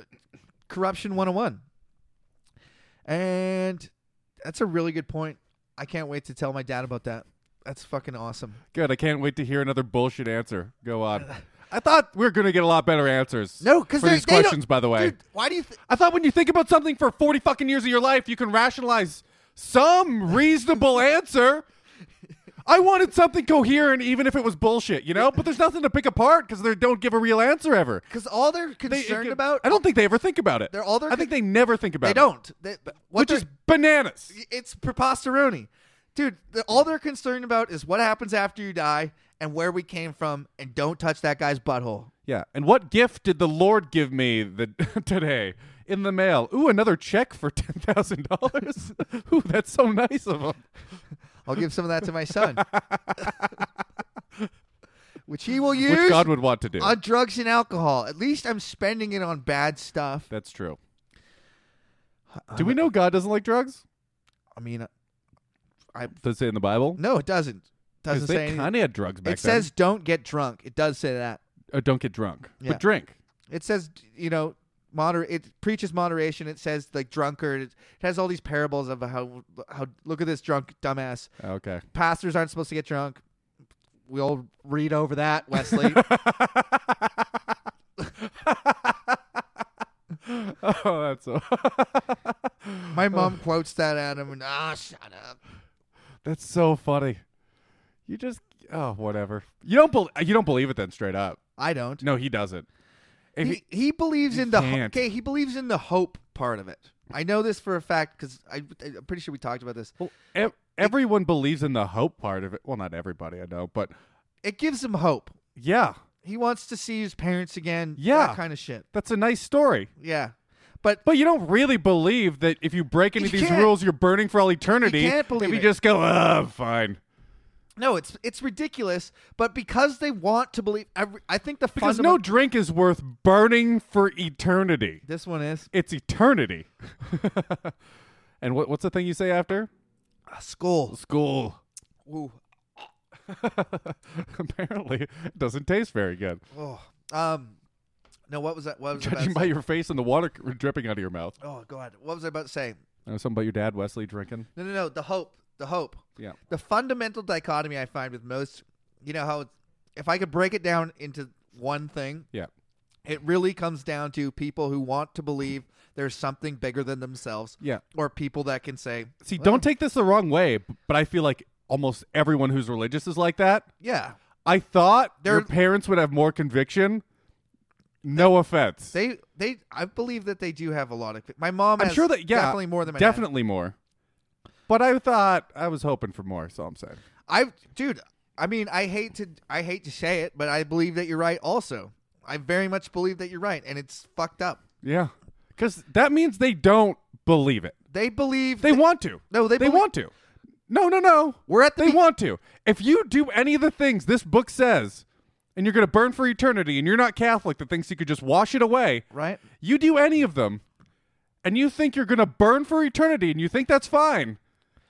A: corruption 101. And that's a really good point. I can't wait to tell my dad about that. That's fucking awesome.
B: Good. I can't wait to hear another bullshit answer.
A: [laughs]
B: Go on. I thought we were going to get a lot better answers.
A: No, because
B: for these questions, by the way.
A: Dude, why do you? Th-
B: I thought when you think about something for 40 fucking years of your life, you can rationalize some reasonable answer. I wanted something coherent, even if it was bullshit, you know? But there's nothing to pick apart because they don't give a real answer ever.
A: Because all they're
B: They- it
A: concerned
B: could-
A: about,
B: I don't think they ever think about it.
A: They're all they're
B: I think they never think about
A: they
B: it.
A: don't. They, what
B: Which
A: they're-
B: is bananas.
A: it's preposterone, dude. The, all they're concerned about is what happens after you die and where we came from, and don't touch that guy's butthole.
B: Yeah. And what gift did the Lord give me the, [laughs] today in the mail? Ooh, another check for $10,000. [laughs] Ooh, that's so nice of him.
A: I'll give some of that to my
B: [laughs]
A: son, which he will use
B: Which God would want to do.
A: on drugs and alcohol. At least I'm spending it on bad stuff.
B: That's true. Do we know God doesn't like drugs?
A: I mean, uh,
B: Does it say in the Bible?
A: no, it doesn't. Doesn't
B: Because
A: say
B: they
A: anything.
B: kind of had drugs back
A: It says don't get drunk. It does say that.
B: then. Uh, don't get drunk,
A: Yeah.
B: but drink.
A: It says, you know, moder. It preaches moderation. It says like drunkard. It has all these parables of how how look at this drunk dumbass.
B: Okay. [laughs]
A: Pastors aren't supposed to get drunk. We all read over
B: [laughs]
A: that, Wesley.
B: Oh, that's so. [laughs]
A: My mom quotes that at him, and ah, shut up.
B: that's so funny. You just oh whatever. You don't bel you don't believe it then straight up.
A: I don't.
B: No, he doesn't. If
A: he, he believes
B: he
A: in the ho-
B: can't.
A: okay. He believes in the hope part of it. I know this for a fact because I'm pretty sure we talked about this.
B: Well, ev- everyone believes in the hope part of it. Well, not everybody, I know, but
A: It gives him hope.
B: yeah,
A: He wants to see his parents again.
B: Yeah.
A: that kind of shit.
B: that's a nice story.
A: Yeah, but
B: But you don't really believe that if you break any of
A: You
B: these
A: can't-
B: rules, you're burning for all eternity.
A: can't believe
B: if you
A: it.
B: just go, oh, fine.
A: no, it's it's ridiculous. But because they want to believe, every, I think the
B: Because
A: fundament-
B: no drink is worth burning for eternity.
A: This one is
B: It's
A: [laughs]
B: eternity. and what, what's the thing you say after? Ah,
A: a skull.
B: School.
A: Ooh.
B: [laughs] Apparently, it doesn't taste very good.
A: Oh, um, no. What was that? What was I about to
B: Judging by
A: say?
B: your face and the water c- dripping out of your mouth.
A: Oh God, what was I about to say?
B: I know something about your dad, Wesley, drinking.
A: No, no, no. The hope. The hope.
B: Yeah.
A: The fundamental dichotomy I find with most, you know how, it's, if I could break it down into one thing,
B: Yeah.
A: it really comes down to people who want to believe there's something bigger than themselves,
B: Yeah.
A: or people that can say,
B: See, don't take this the wrong way, b- but I feel like almost everyone who's religious is like that.
A: yeah,
B: I thought your
A: They're-
B: parents would have more conviction. No offense.
A: they, they, I believe that they do have a lot of. My mom,
B: I'm
A: has
B: sure that yeah,
A: definitely more than my dad.
B: definitely more. But I thought I was hoping for more. So I'm saying
A: I, dude, I mean, I hate to, I hate to say it, but I believe that you're right. Also, I very much believe that you're right, and it's fucked up.
B: yeah, because that means they don't believe it.
A: They believe
B: They want to.
A: No, they
B: they
A: believe-
B: want to. No, no, no.
A: We're at the
B: they
A: be-
B: want to. If you do any of the things this book says, and you're going to burn for eternity, and you're not Catholic that thinks you could just wash it away,
A: right.
B: you do any of them and you think you're going to burn for eternity and you think that's fine,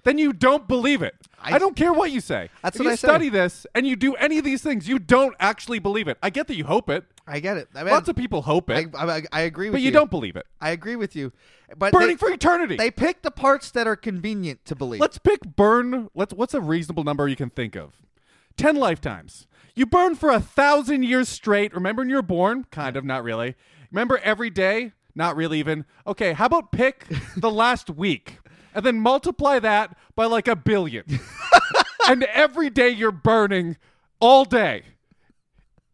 B: then you don't believe it. I,
A: I-
B: don't care what you say.
A: That's
B: if
A: what
B: you
A: I say.
B: study this and you do any of these things, you don't actually believe it. I get that you hope it.
A: I get it. I mean,
B: Lots of people hope
A: I,
B: it,
A: I, I agree with
B: but
A: you.
B: you don't believe it.
A: I agree with you. But
B: Burning
A: they,
B: for eternity.
A: they pick the parts that are convenient to believe.
B: Let's pick burn. Let's. What's a reasonable number you can think of? Ten lifetimes. You burn for a thousand years straight. Remember when you were born? Kind of, not really. Remember every day? Not really even. Okay, how about [laughs] pick the last week and then multiply that by like a [laughs] billion. and every day you're burning all day.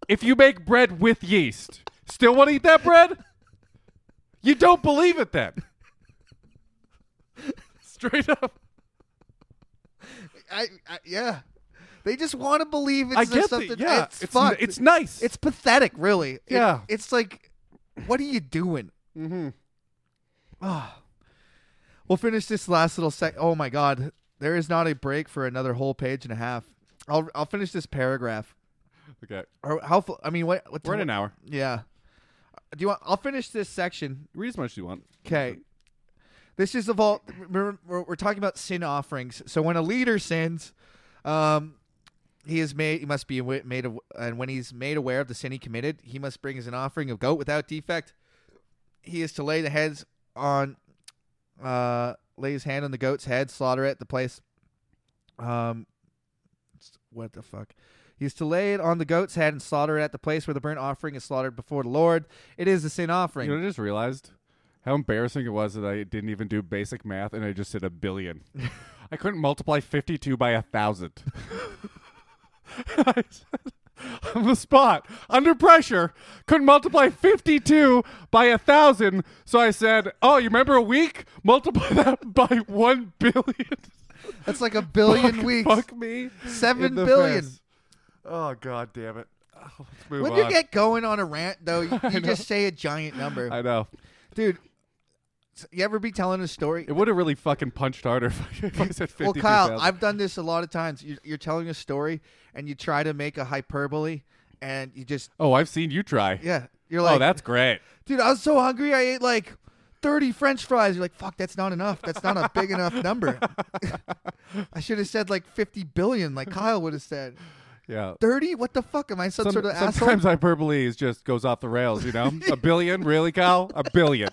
B: If you make bread with yeast, still want to eat that bread? You don't believe it then. [laughs] Straight up.
A: I, I, yeah, they just want to believe it's
B: I
A: just
B: get
A: something.
B: that. Yeah,
A: it's,
B: it's,
A: fucked.
B: it's nice.
A: it's pathetic, really. It-
B: Yeah.
A: it's like, what are you doing? Ah.
B: mm-hmm.
A: We'll finish this last little sec. Oh my god, there is not a break for another whole page and a half. I'll I'll finish this paragraph.
B: okay.
A: Or how? fu- I mean, what? what
B: We're in an hour.
A: Yeah. Do you want? I'll finish this section
B: Read as much as you want.
A: Okay. This is the vault. We're, we're we're talking about sin offerings. So when a leader sins, um, he is made. He must be awa- made. aw- And when he's made aware of the sin he committed, he must bring as an offering of goat without defect. He is to lay the heads on, uh, lay his hand on the goat's head, slaughter it. The place, um, s- what the fuck? He is to lay it on the goat's head and slaughter it at the place where the burnt offering is slaughtered before the Lord. It is the sin offering.
B: You know, I just realized how embarrassing it was that I didn't even do basic math and I just said
A: [laughs]
B: a billion. I couldn't multiply 52 by a thousand. [laughs] I said- on the spot, under pressure, couldn't multiply 52 by a thousand. So I said, Oh, you remember a week? Multiply [laughs] that by one billion.
A: That's like a billion
B: fuck,
A: weeks.
B: [laughs] Fuck me.
A: Seven
B: in the
A: billion.
B: face. Oh god damn it. [sighs] Oh, let's move
A: When
B: on.
A: you get going on a rant, though,
B: [laughs]
A: you, you just say a giant number,
B: I know.
A: dude. s- You ever be telling a story?
B: It would have really fucking punched harder if I, [laughs] if I said fifty.
A: Well, Kyle, I've done this a lot of times. You're, you're telling a story and you try to make a hyperbole, and you just
B: oh, I've seen you try.
A: yeah, you're
B: oh,
A: like,
B: that's great.
A: dude, I was so hungry, I ate like. 30 french fries you're like fuck that's not enough that's not a big enough number [laughs] i should have said like 50 billion like kyle would have said
B: Yeah.
A: 30 what the fuck am i some
B: Some-
A: sort of asshole
B: sometimes hyperbole is just goes off the rails.
A: [laughs]
B: You know, a billion, really, Kyle? A billion.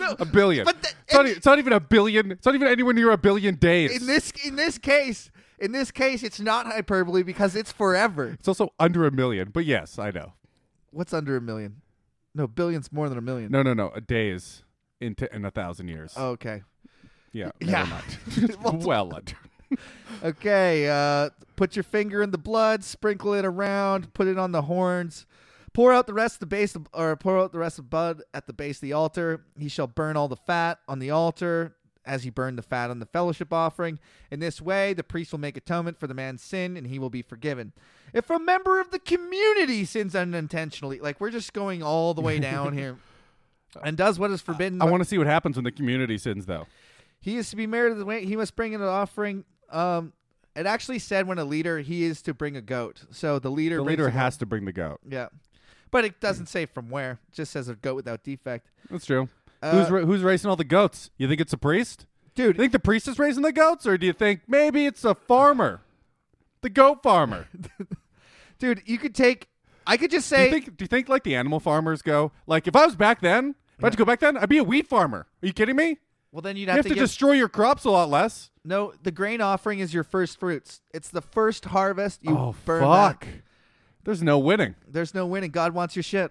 B: a billion.
A: but the-
B: it's, not,
A: and-
B: e- it's not even a billion. It's not even anywhere near a billion days.
A: in this in this case in this case it's not hyperbole because it's forever
B: it's also under a million. But yes, I know.
A: what's under a million No, billions more than a million. Oh,
B: No, no, no. A days into in a thousand years.
A: Okay. [laughs]
B: yeah.
A: yeah.
B: Never mind. [laughs] well uh, under.
A: Okay, uh, put your finger in the blood, sprinkle it around, put it on the horns. Pour out the rest of the base, of, or pour out the rest of blood at the base of the altar. He shall burn all the fat on the altar, as he burned the fat on the fellowship offering. In this way, the priest will make atonement for the man's sin, and he will be forgiven. If a member of the community sins unintentionally, like we're just going all the way down here, and does what is forbidden,
B: I want to see what happens when the community sins, though.
A: he is to be married to the way he must bring in an offering. Um, it actually said when a leader he is to bring a goat. So the leader
B: The
A: brings
B: leader
A: a goat.
B: has to bring the goat.
A: yeah, but it doesn't say from where. It just says a goat without defect,
B: That's true.
A: Uh,
B: who's ra- who's racing all the goats? You think it's a priest?
A: dude.
B: You think the priest is raising the goats, or do you think maybe it's a farmer, the
A: [laughs]
B: goat farmer?
A: dude, you could take. I could just
B: Do
A: say
B: you think? Do you think like the animal farmers go? Like if I was back then, if I had to go back then, I'd be a wheat farmer. Are you kidding me?
A: Well, then you'd
B: You
A: have,
B: have to
A: give,
B: destroy your crops a lot less.
A: no. The grain offering is your first fruits. It's the first harvest. You
B: oh
A: burn
B: fuck!
A: that.
B: There's no winning.
A: There's no winning. God wants your shit.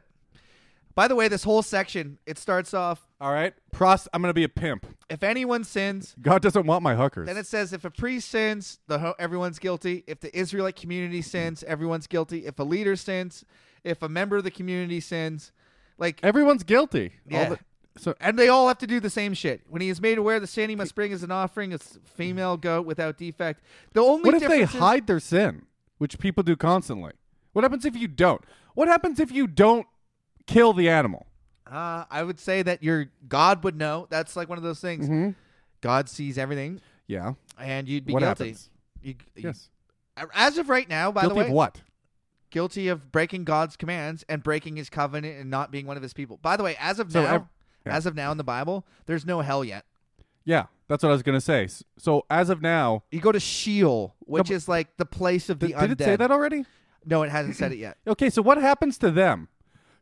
A: By the way, this whole section it starts off.
B: All right, prost. I'm gonna be a pimp.
A: If anyone sins,
B: God doesn't want my hookers.
A: then it says if a priest sins, the ho- everyone's guilty. If the Israelite community sins, everyone's guilty. If a leader sins, if a member of the community sins, like
B: Everyone's guilty. All
A: Yeah.
B: the- so
A: And they all have to do the same shit. When he is made aware of the sin, he must bring as an offering a s- female goat without defect. The only
B: what if they
A: difference is-
B: hide their sin, which people do constantly? What happens if you don't? What happens if you don't kill the animal?
A: Uh, I would say that your God would know. That's like one of those things. God sees everything,
B: Yeah.
A: and you'd be
B: Mm-hmm. What
A: guilty.
B: happens?
A: You- you-
B: Yes.
A: As of right now, by
B: guilty
A: the way,
B: of what?
A: guilty of breaking God's commands and breaking His covenant and not being one of His people. By the way, as of
B: So
A: now,
B: ev- yeah.
A: as of now in the Bible, there's no hell yet.
B: Yeah, that's what I was gonna say. S- So as of now,
A: You go to Sheol, which
B: but-
A: is like the place of
B: th-
A: the
B: did
A: undead.
B: it say that already?
A: No, it hasn't said it yet.
B: Okay, so what happens to them?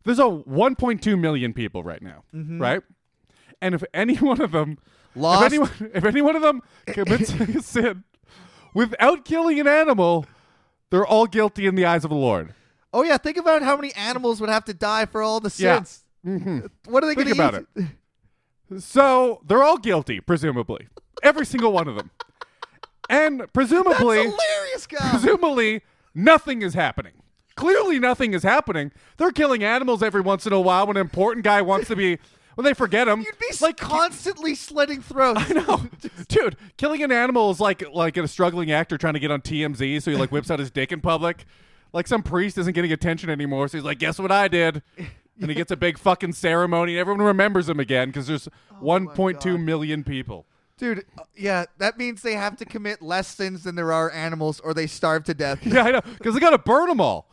B: There's a 1.2 million people right now, right? And if any [laughs] one of them,
A: Mm-hmm. Lost.
B: if anyone, if any one of them
A: [laughs]
B: commits a sin without killing an animal, they're all guilty in the eyes of the Lord.
A: Oh yeah, think about how many animals would have to die for all the
B: Yeah. Mm-hmm.
A: sins. What are they going
B: Think
A: to
B: about
A: eat?
B: it. So they're all guilty, presumably, every single one of them, and presumably.
A: [laughs] That's hilarious,
B: [laughs]
A: guys.
B: presumably nothing is happening. Clearly nothing is happening. They're killing animals every once in a while when an important guy wants to be when they forget him.
A: You'd be
B: like
A: like constantly slitting throats.
B: [laughs] I know. Dude, killing an animal is like like a struggling actor trying to get on TMZ so he like whips out his dick in public. Like some priest isn't getting attention anymore, so he's like, "Guess what I did?" And he gets a big fucking ceremony and everyone remembers him again cuz there's 1.2
A: Oh God.
B: million people.
A: Dude, uh, yeah, that means they have to commit less sins than there are animals or they starve to death. [laughs]
B: [laughs] Yeah, I know. Because they got to burn them all.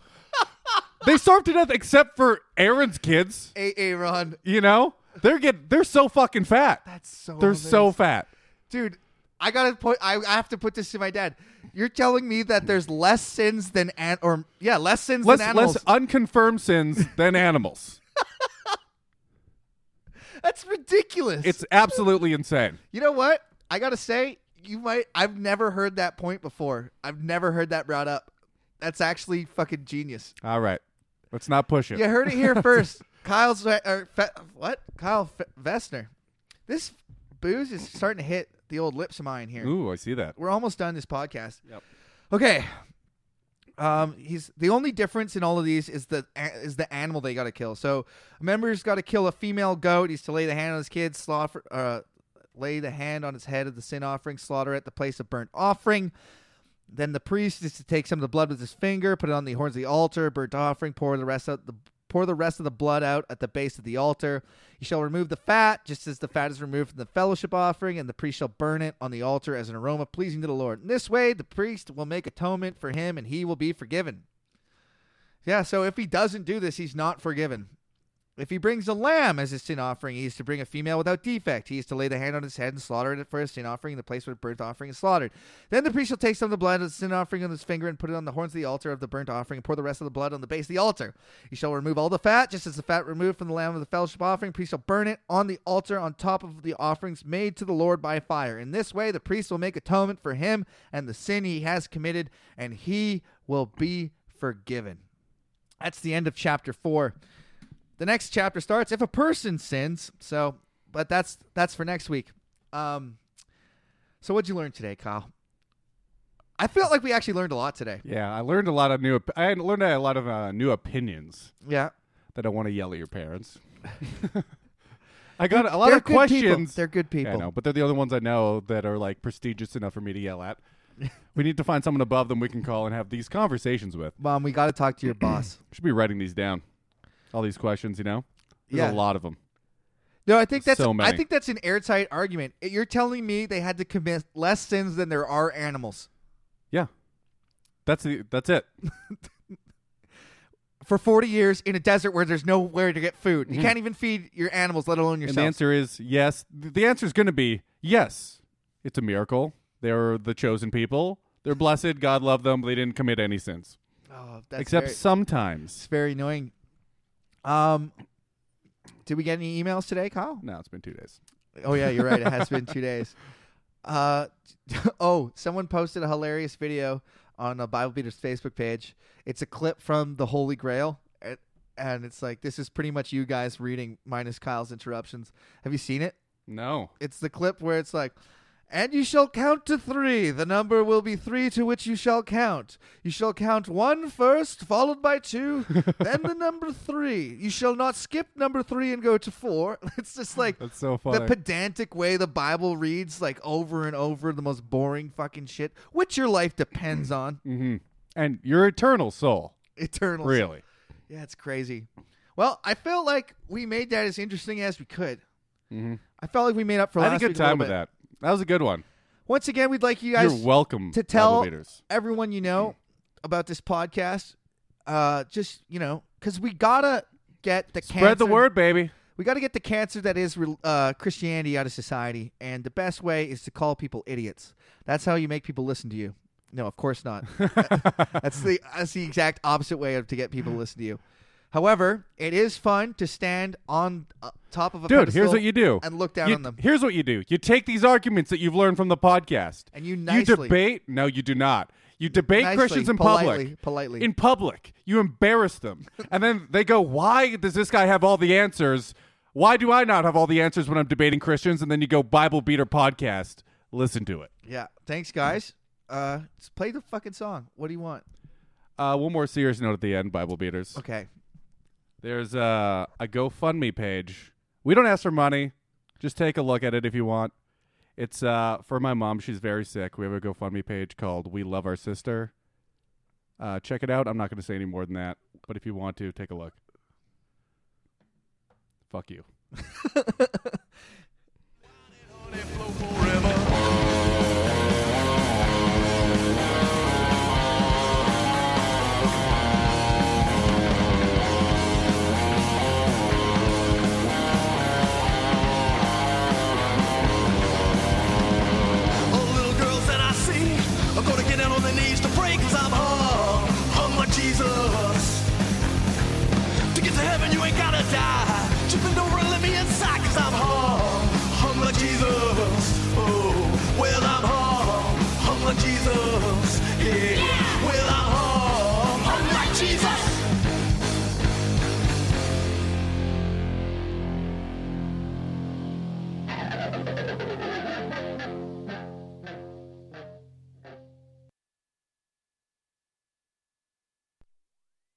B: they starved to death except for Aaron's kids.
A: Aaron.
B: You know, they're get they're so fucking fat.
A: That's so
B: they're so
A: hilarious.
B: fat.
A: Dude, I got to put I, I have to put this to my dad. You're telling me that there's less sins than an or yeah, less sins
B: Less uh,
A: than animals.
B: less unconfirmed sins
A: [laughs]
B: than animals.
A: That's ridiculous.
B: It's absolutely insane.
A: You know what? I gotta say, you might. I've never heard that point before. I've never heard that brought up. That's actually fucking genius.
B: All right, let's not push it.
A: You heard it
B: [laughs]
A: here first. Kyle Zwe- or Fe- what? Kyle F- Vestner. This booze is starting to hit the old lips of mine here.
B: Ooh, I see that.
A: We're almost done this podcast.
B: Yep.
A: Okay. Um, he's the only difference in all of these is the is the animal they got to kill. So, a member's got to kill a female goat. He's to lay the hand on his kid, slaughter, uh, lay the hand on his head of the sin offering, slaughter at the place of burnt offering. Then the priest is to take some of the blood with his finger, put it on the horns of the altar, burnt offering, pour the rest out the pour the rest of the blood out at the base of the altar. He shall remove the fat, just as the fat is removed from the fellowship offering, and the priest shall burn it on the altar as an aroma pleasing to the Lord. In this way the priest will make atonement for him and he will be forgiven. Yeah, so if he doesn't do this, he's not forgiven. If he brings a lamb as his sin offering, he is to bring a female without defect. He is to lay the hand on his head and slaughter it for his sin offering in the place where the burnt offering is slaughtered. Then the priest shall take some of the blood of the sin offering on his finger and put it on the horns of the altar of the burnt offering and pour the rest of the blood on the base of the altar. He shall remove all the fat, just as the fat removed from the lamb of the fellowship offering. Priest shall burn it on the altar on top of the offerings made to the Lord by fire. In this way, the priest will make atonement for him and the sin he has committed, and he will be forgiven. That's the end of chapter four. The next chapter starts if a person sins. So, but that's that's for next week. Um, so what'd you learn today, Kyle? I felt like we actually learned a lot today.
B: Yeah, I learned a lot of new. op- I learned a lot of uh, new opinions
A: Yeah,
B: that I want to yell at your parents. [laughs] I got a lot
A: They're
B: of
A: good people.
B: questions.
A: They're good
B: Yeah,
A: people.
B: I know, but they're the only ones I know that are like prestigious enough for me to
A: [laughs]
B: yell at. we need to find someone above them we can call and have these conversations with.
A: Mom, we got to talk to
B: [clears throat]
A: your boss.
B: Should be writing these down. All these questions, you know. There's
A: Yeah.
B: a lot of them.
A: No, I think that's
B: So
A: I
B: many.
A: think that's an airtight argument. You're telling me they had to commit less sins than there are animals
B: Yeah, that's the, that's it.
A: for 40 years in a desert where there's nowhere to get food. You can't even feed your animals, let alone
B: Mm-hmm. And the
A: yourself.
B: answer is yes. Th- The answer is going to be yes. It's a miracle. They're the chosen people. They're blessed. God loved them. They didn't commit any sins,
A: oh, that's
B: except
A: very, it's
B: sometimes.
A: very annoying. Um, did we get any emails today, Kyle?
B: No, it's been two days.
A: Oh yeah, you're right. It has been two days. [laughs] Uh, [laughs] oh, someone posted a hilarious video on a Bible Beaters Facebook page. It's a clip from the Holy Grail, and- and it's like this is pretty much you guys reading minus Kyle's interruptions. Have you seen it?
B: No.
A: It's the clip where it's like, and you shall count to three. The number will be three to which you shall count. You shall count one first, followed by
B: [laughs]
A: two, then the number three. You shall not skip number three and go to four. [laughs] It's
B: [laughs]
A: just like
B: That's so
A: the
B: funny.
A: pedantic way the Bible reads, like over and over, the most boring fucking shit, which your life depends on.
B: hmm And your eternal soul.
A: Eternal.
B: Really?
A: Yeah, it's crazy. Well, I felt like we made that as interesting as we could.
B: Mhm.
A: I felt like we made up for
B: I
A: last
B: had a good
A: week little
B: time with
A: bit.
B: that. That was a good one.
A: Once again, we'd like you
B: You're
A: guys
B: welcome
A: to tell
B: elevators.
A: everyone you know about this podcast. Uh, just you know, because we gotta get the
B: Spread the
A: cancer-
B: word, baby.
A: We got to get the cancer that is rel- uh, Christianity out of society, and the best way is to call people idiots. That's how you make people listen to you. No, of course
B: [laughs]
A: not. that's the that's the exact opposite way of to get people to listen to you. However, it is fun to stand on uh, top of a
B: Dude, here's
A: pedestal
B: what you do.
A: and look down
B: You-
A: on them.
B: Here's what you do. You take these arguments that you've learned from the podcast
A: And you nicely-
B: debate. No, you do not. You debate
A: Nicely,
B: Christians in
A: politely,
B: public.
A: politely.
B: In public, you
A: [laughs]
B: embarrass them, and then they go, "Why does this guy have all the answers? Why do I not have all the answers when I'm debating Christians?" And then you go, "Bible beater podcast. Listen to it."
A: yeah, thanks guys. Uh, just play the fucking song. What do you want?
B: Uh, one more serious note at the end, Bible beaters.
A: Okay,
B: There's a, a GoFundMe page. We don't ask for money. Just take a look at it if you want. It's uh, for my mom. She's very sick. We have a GoFundMe page called We Love Our Sister. Uh, check it out. I'm not going to say any more than that. But if you want to, take a look. Fuck you.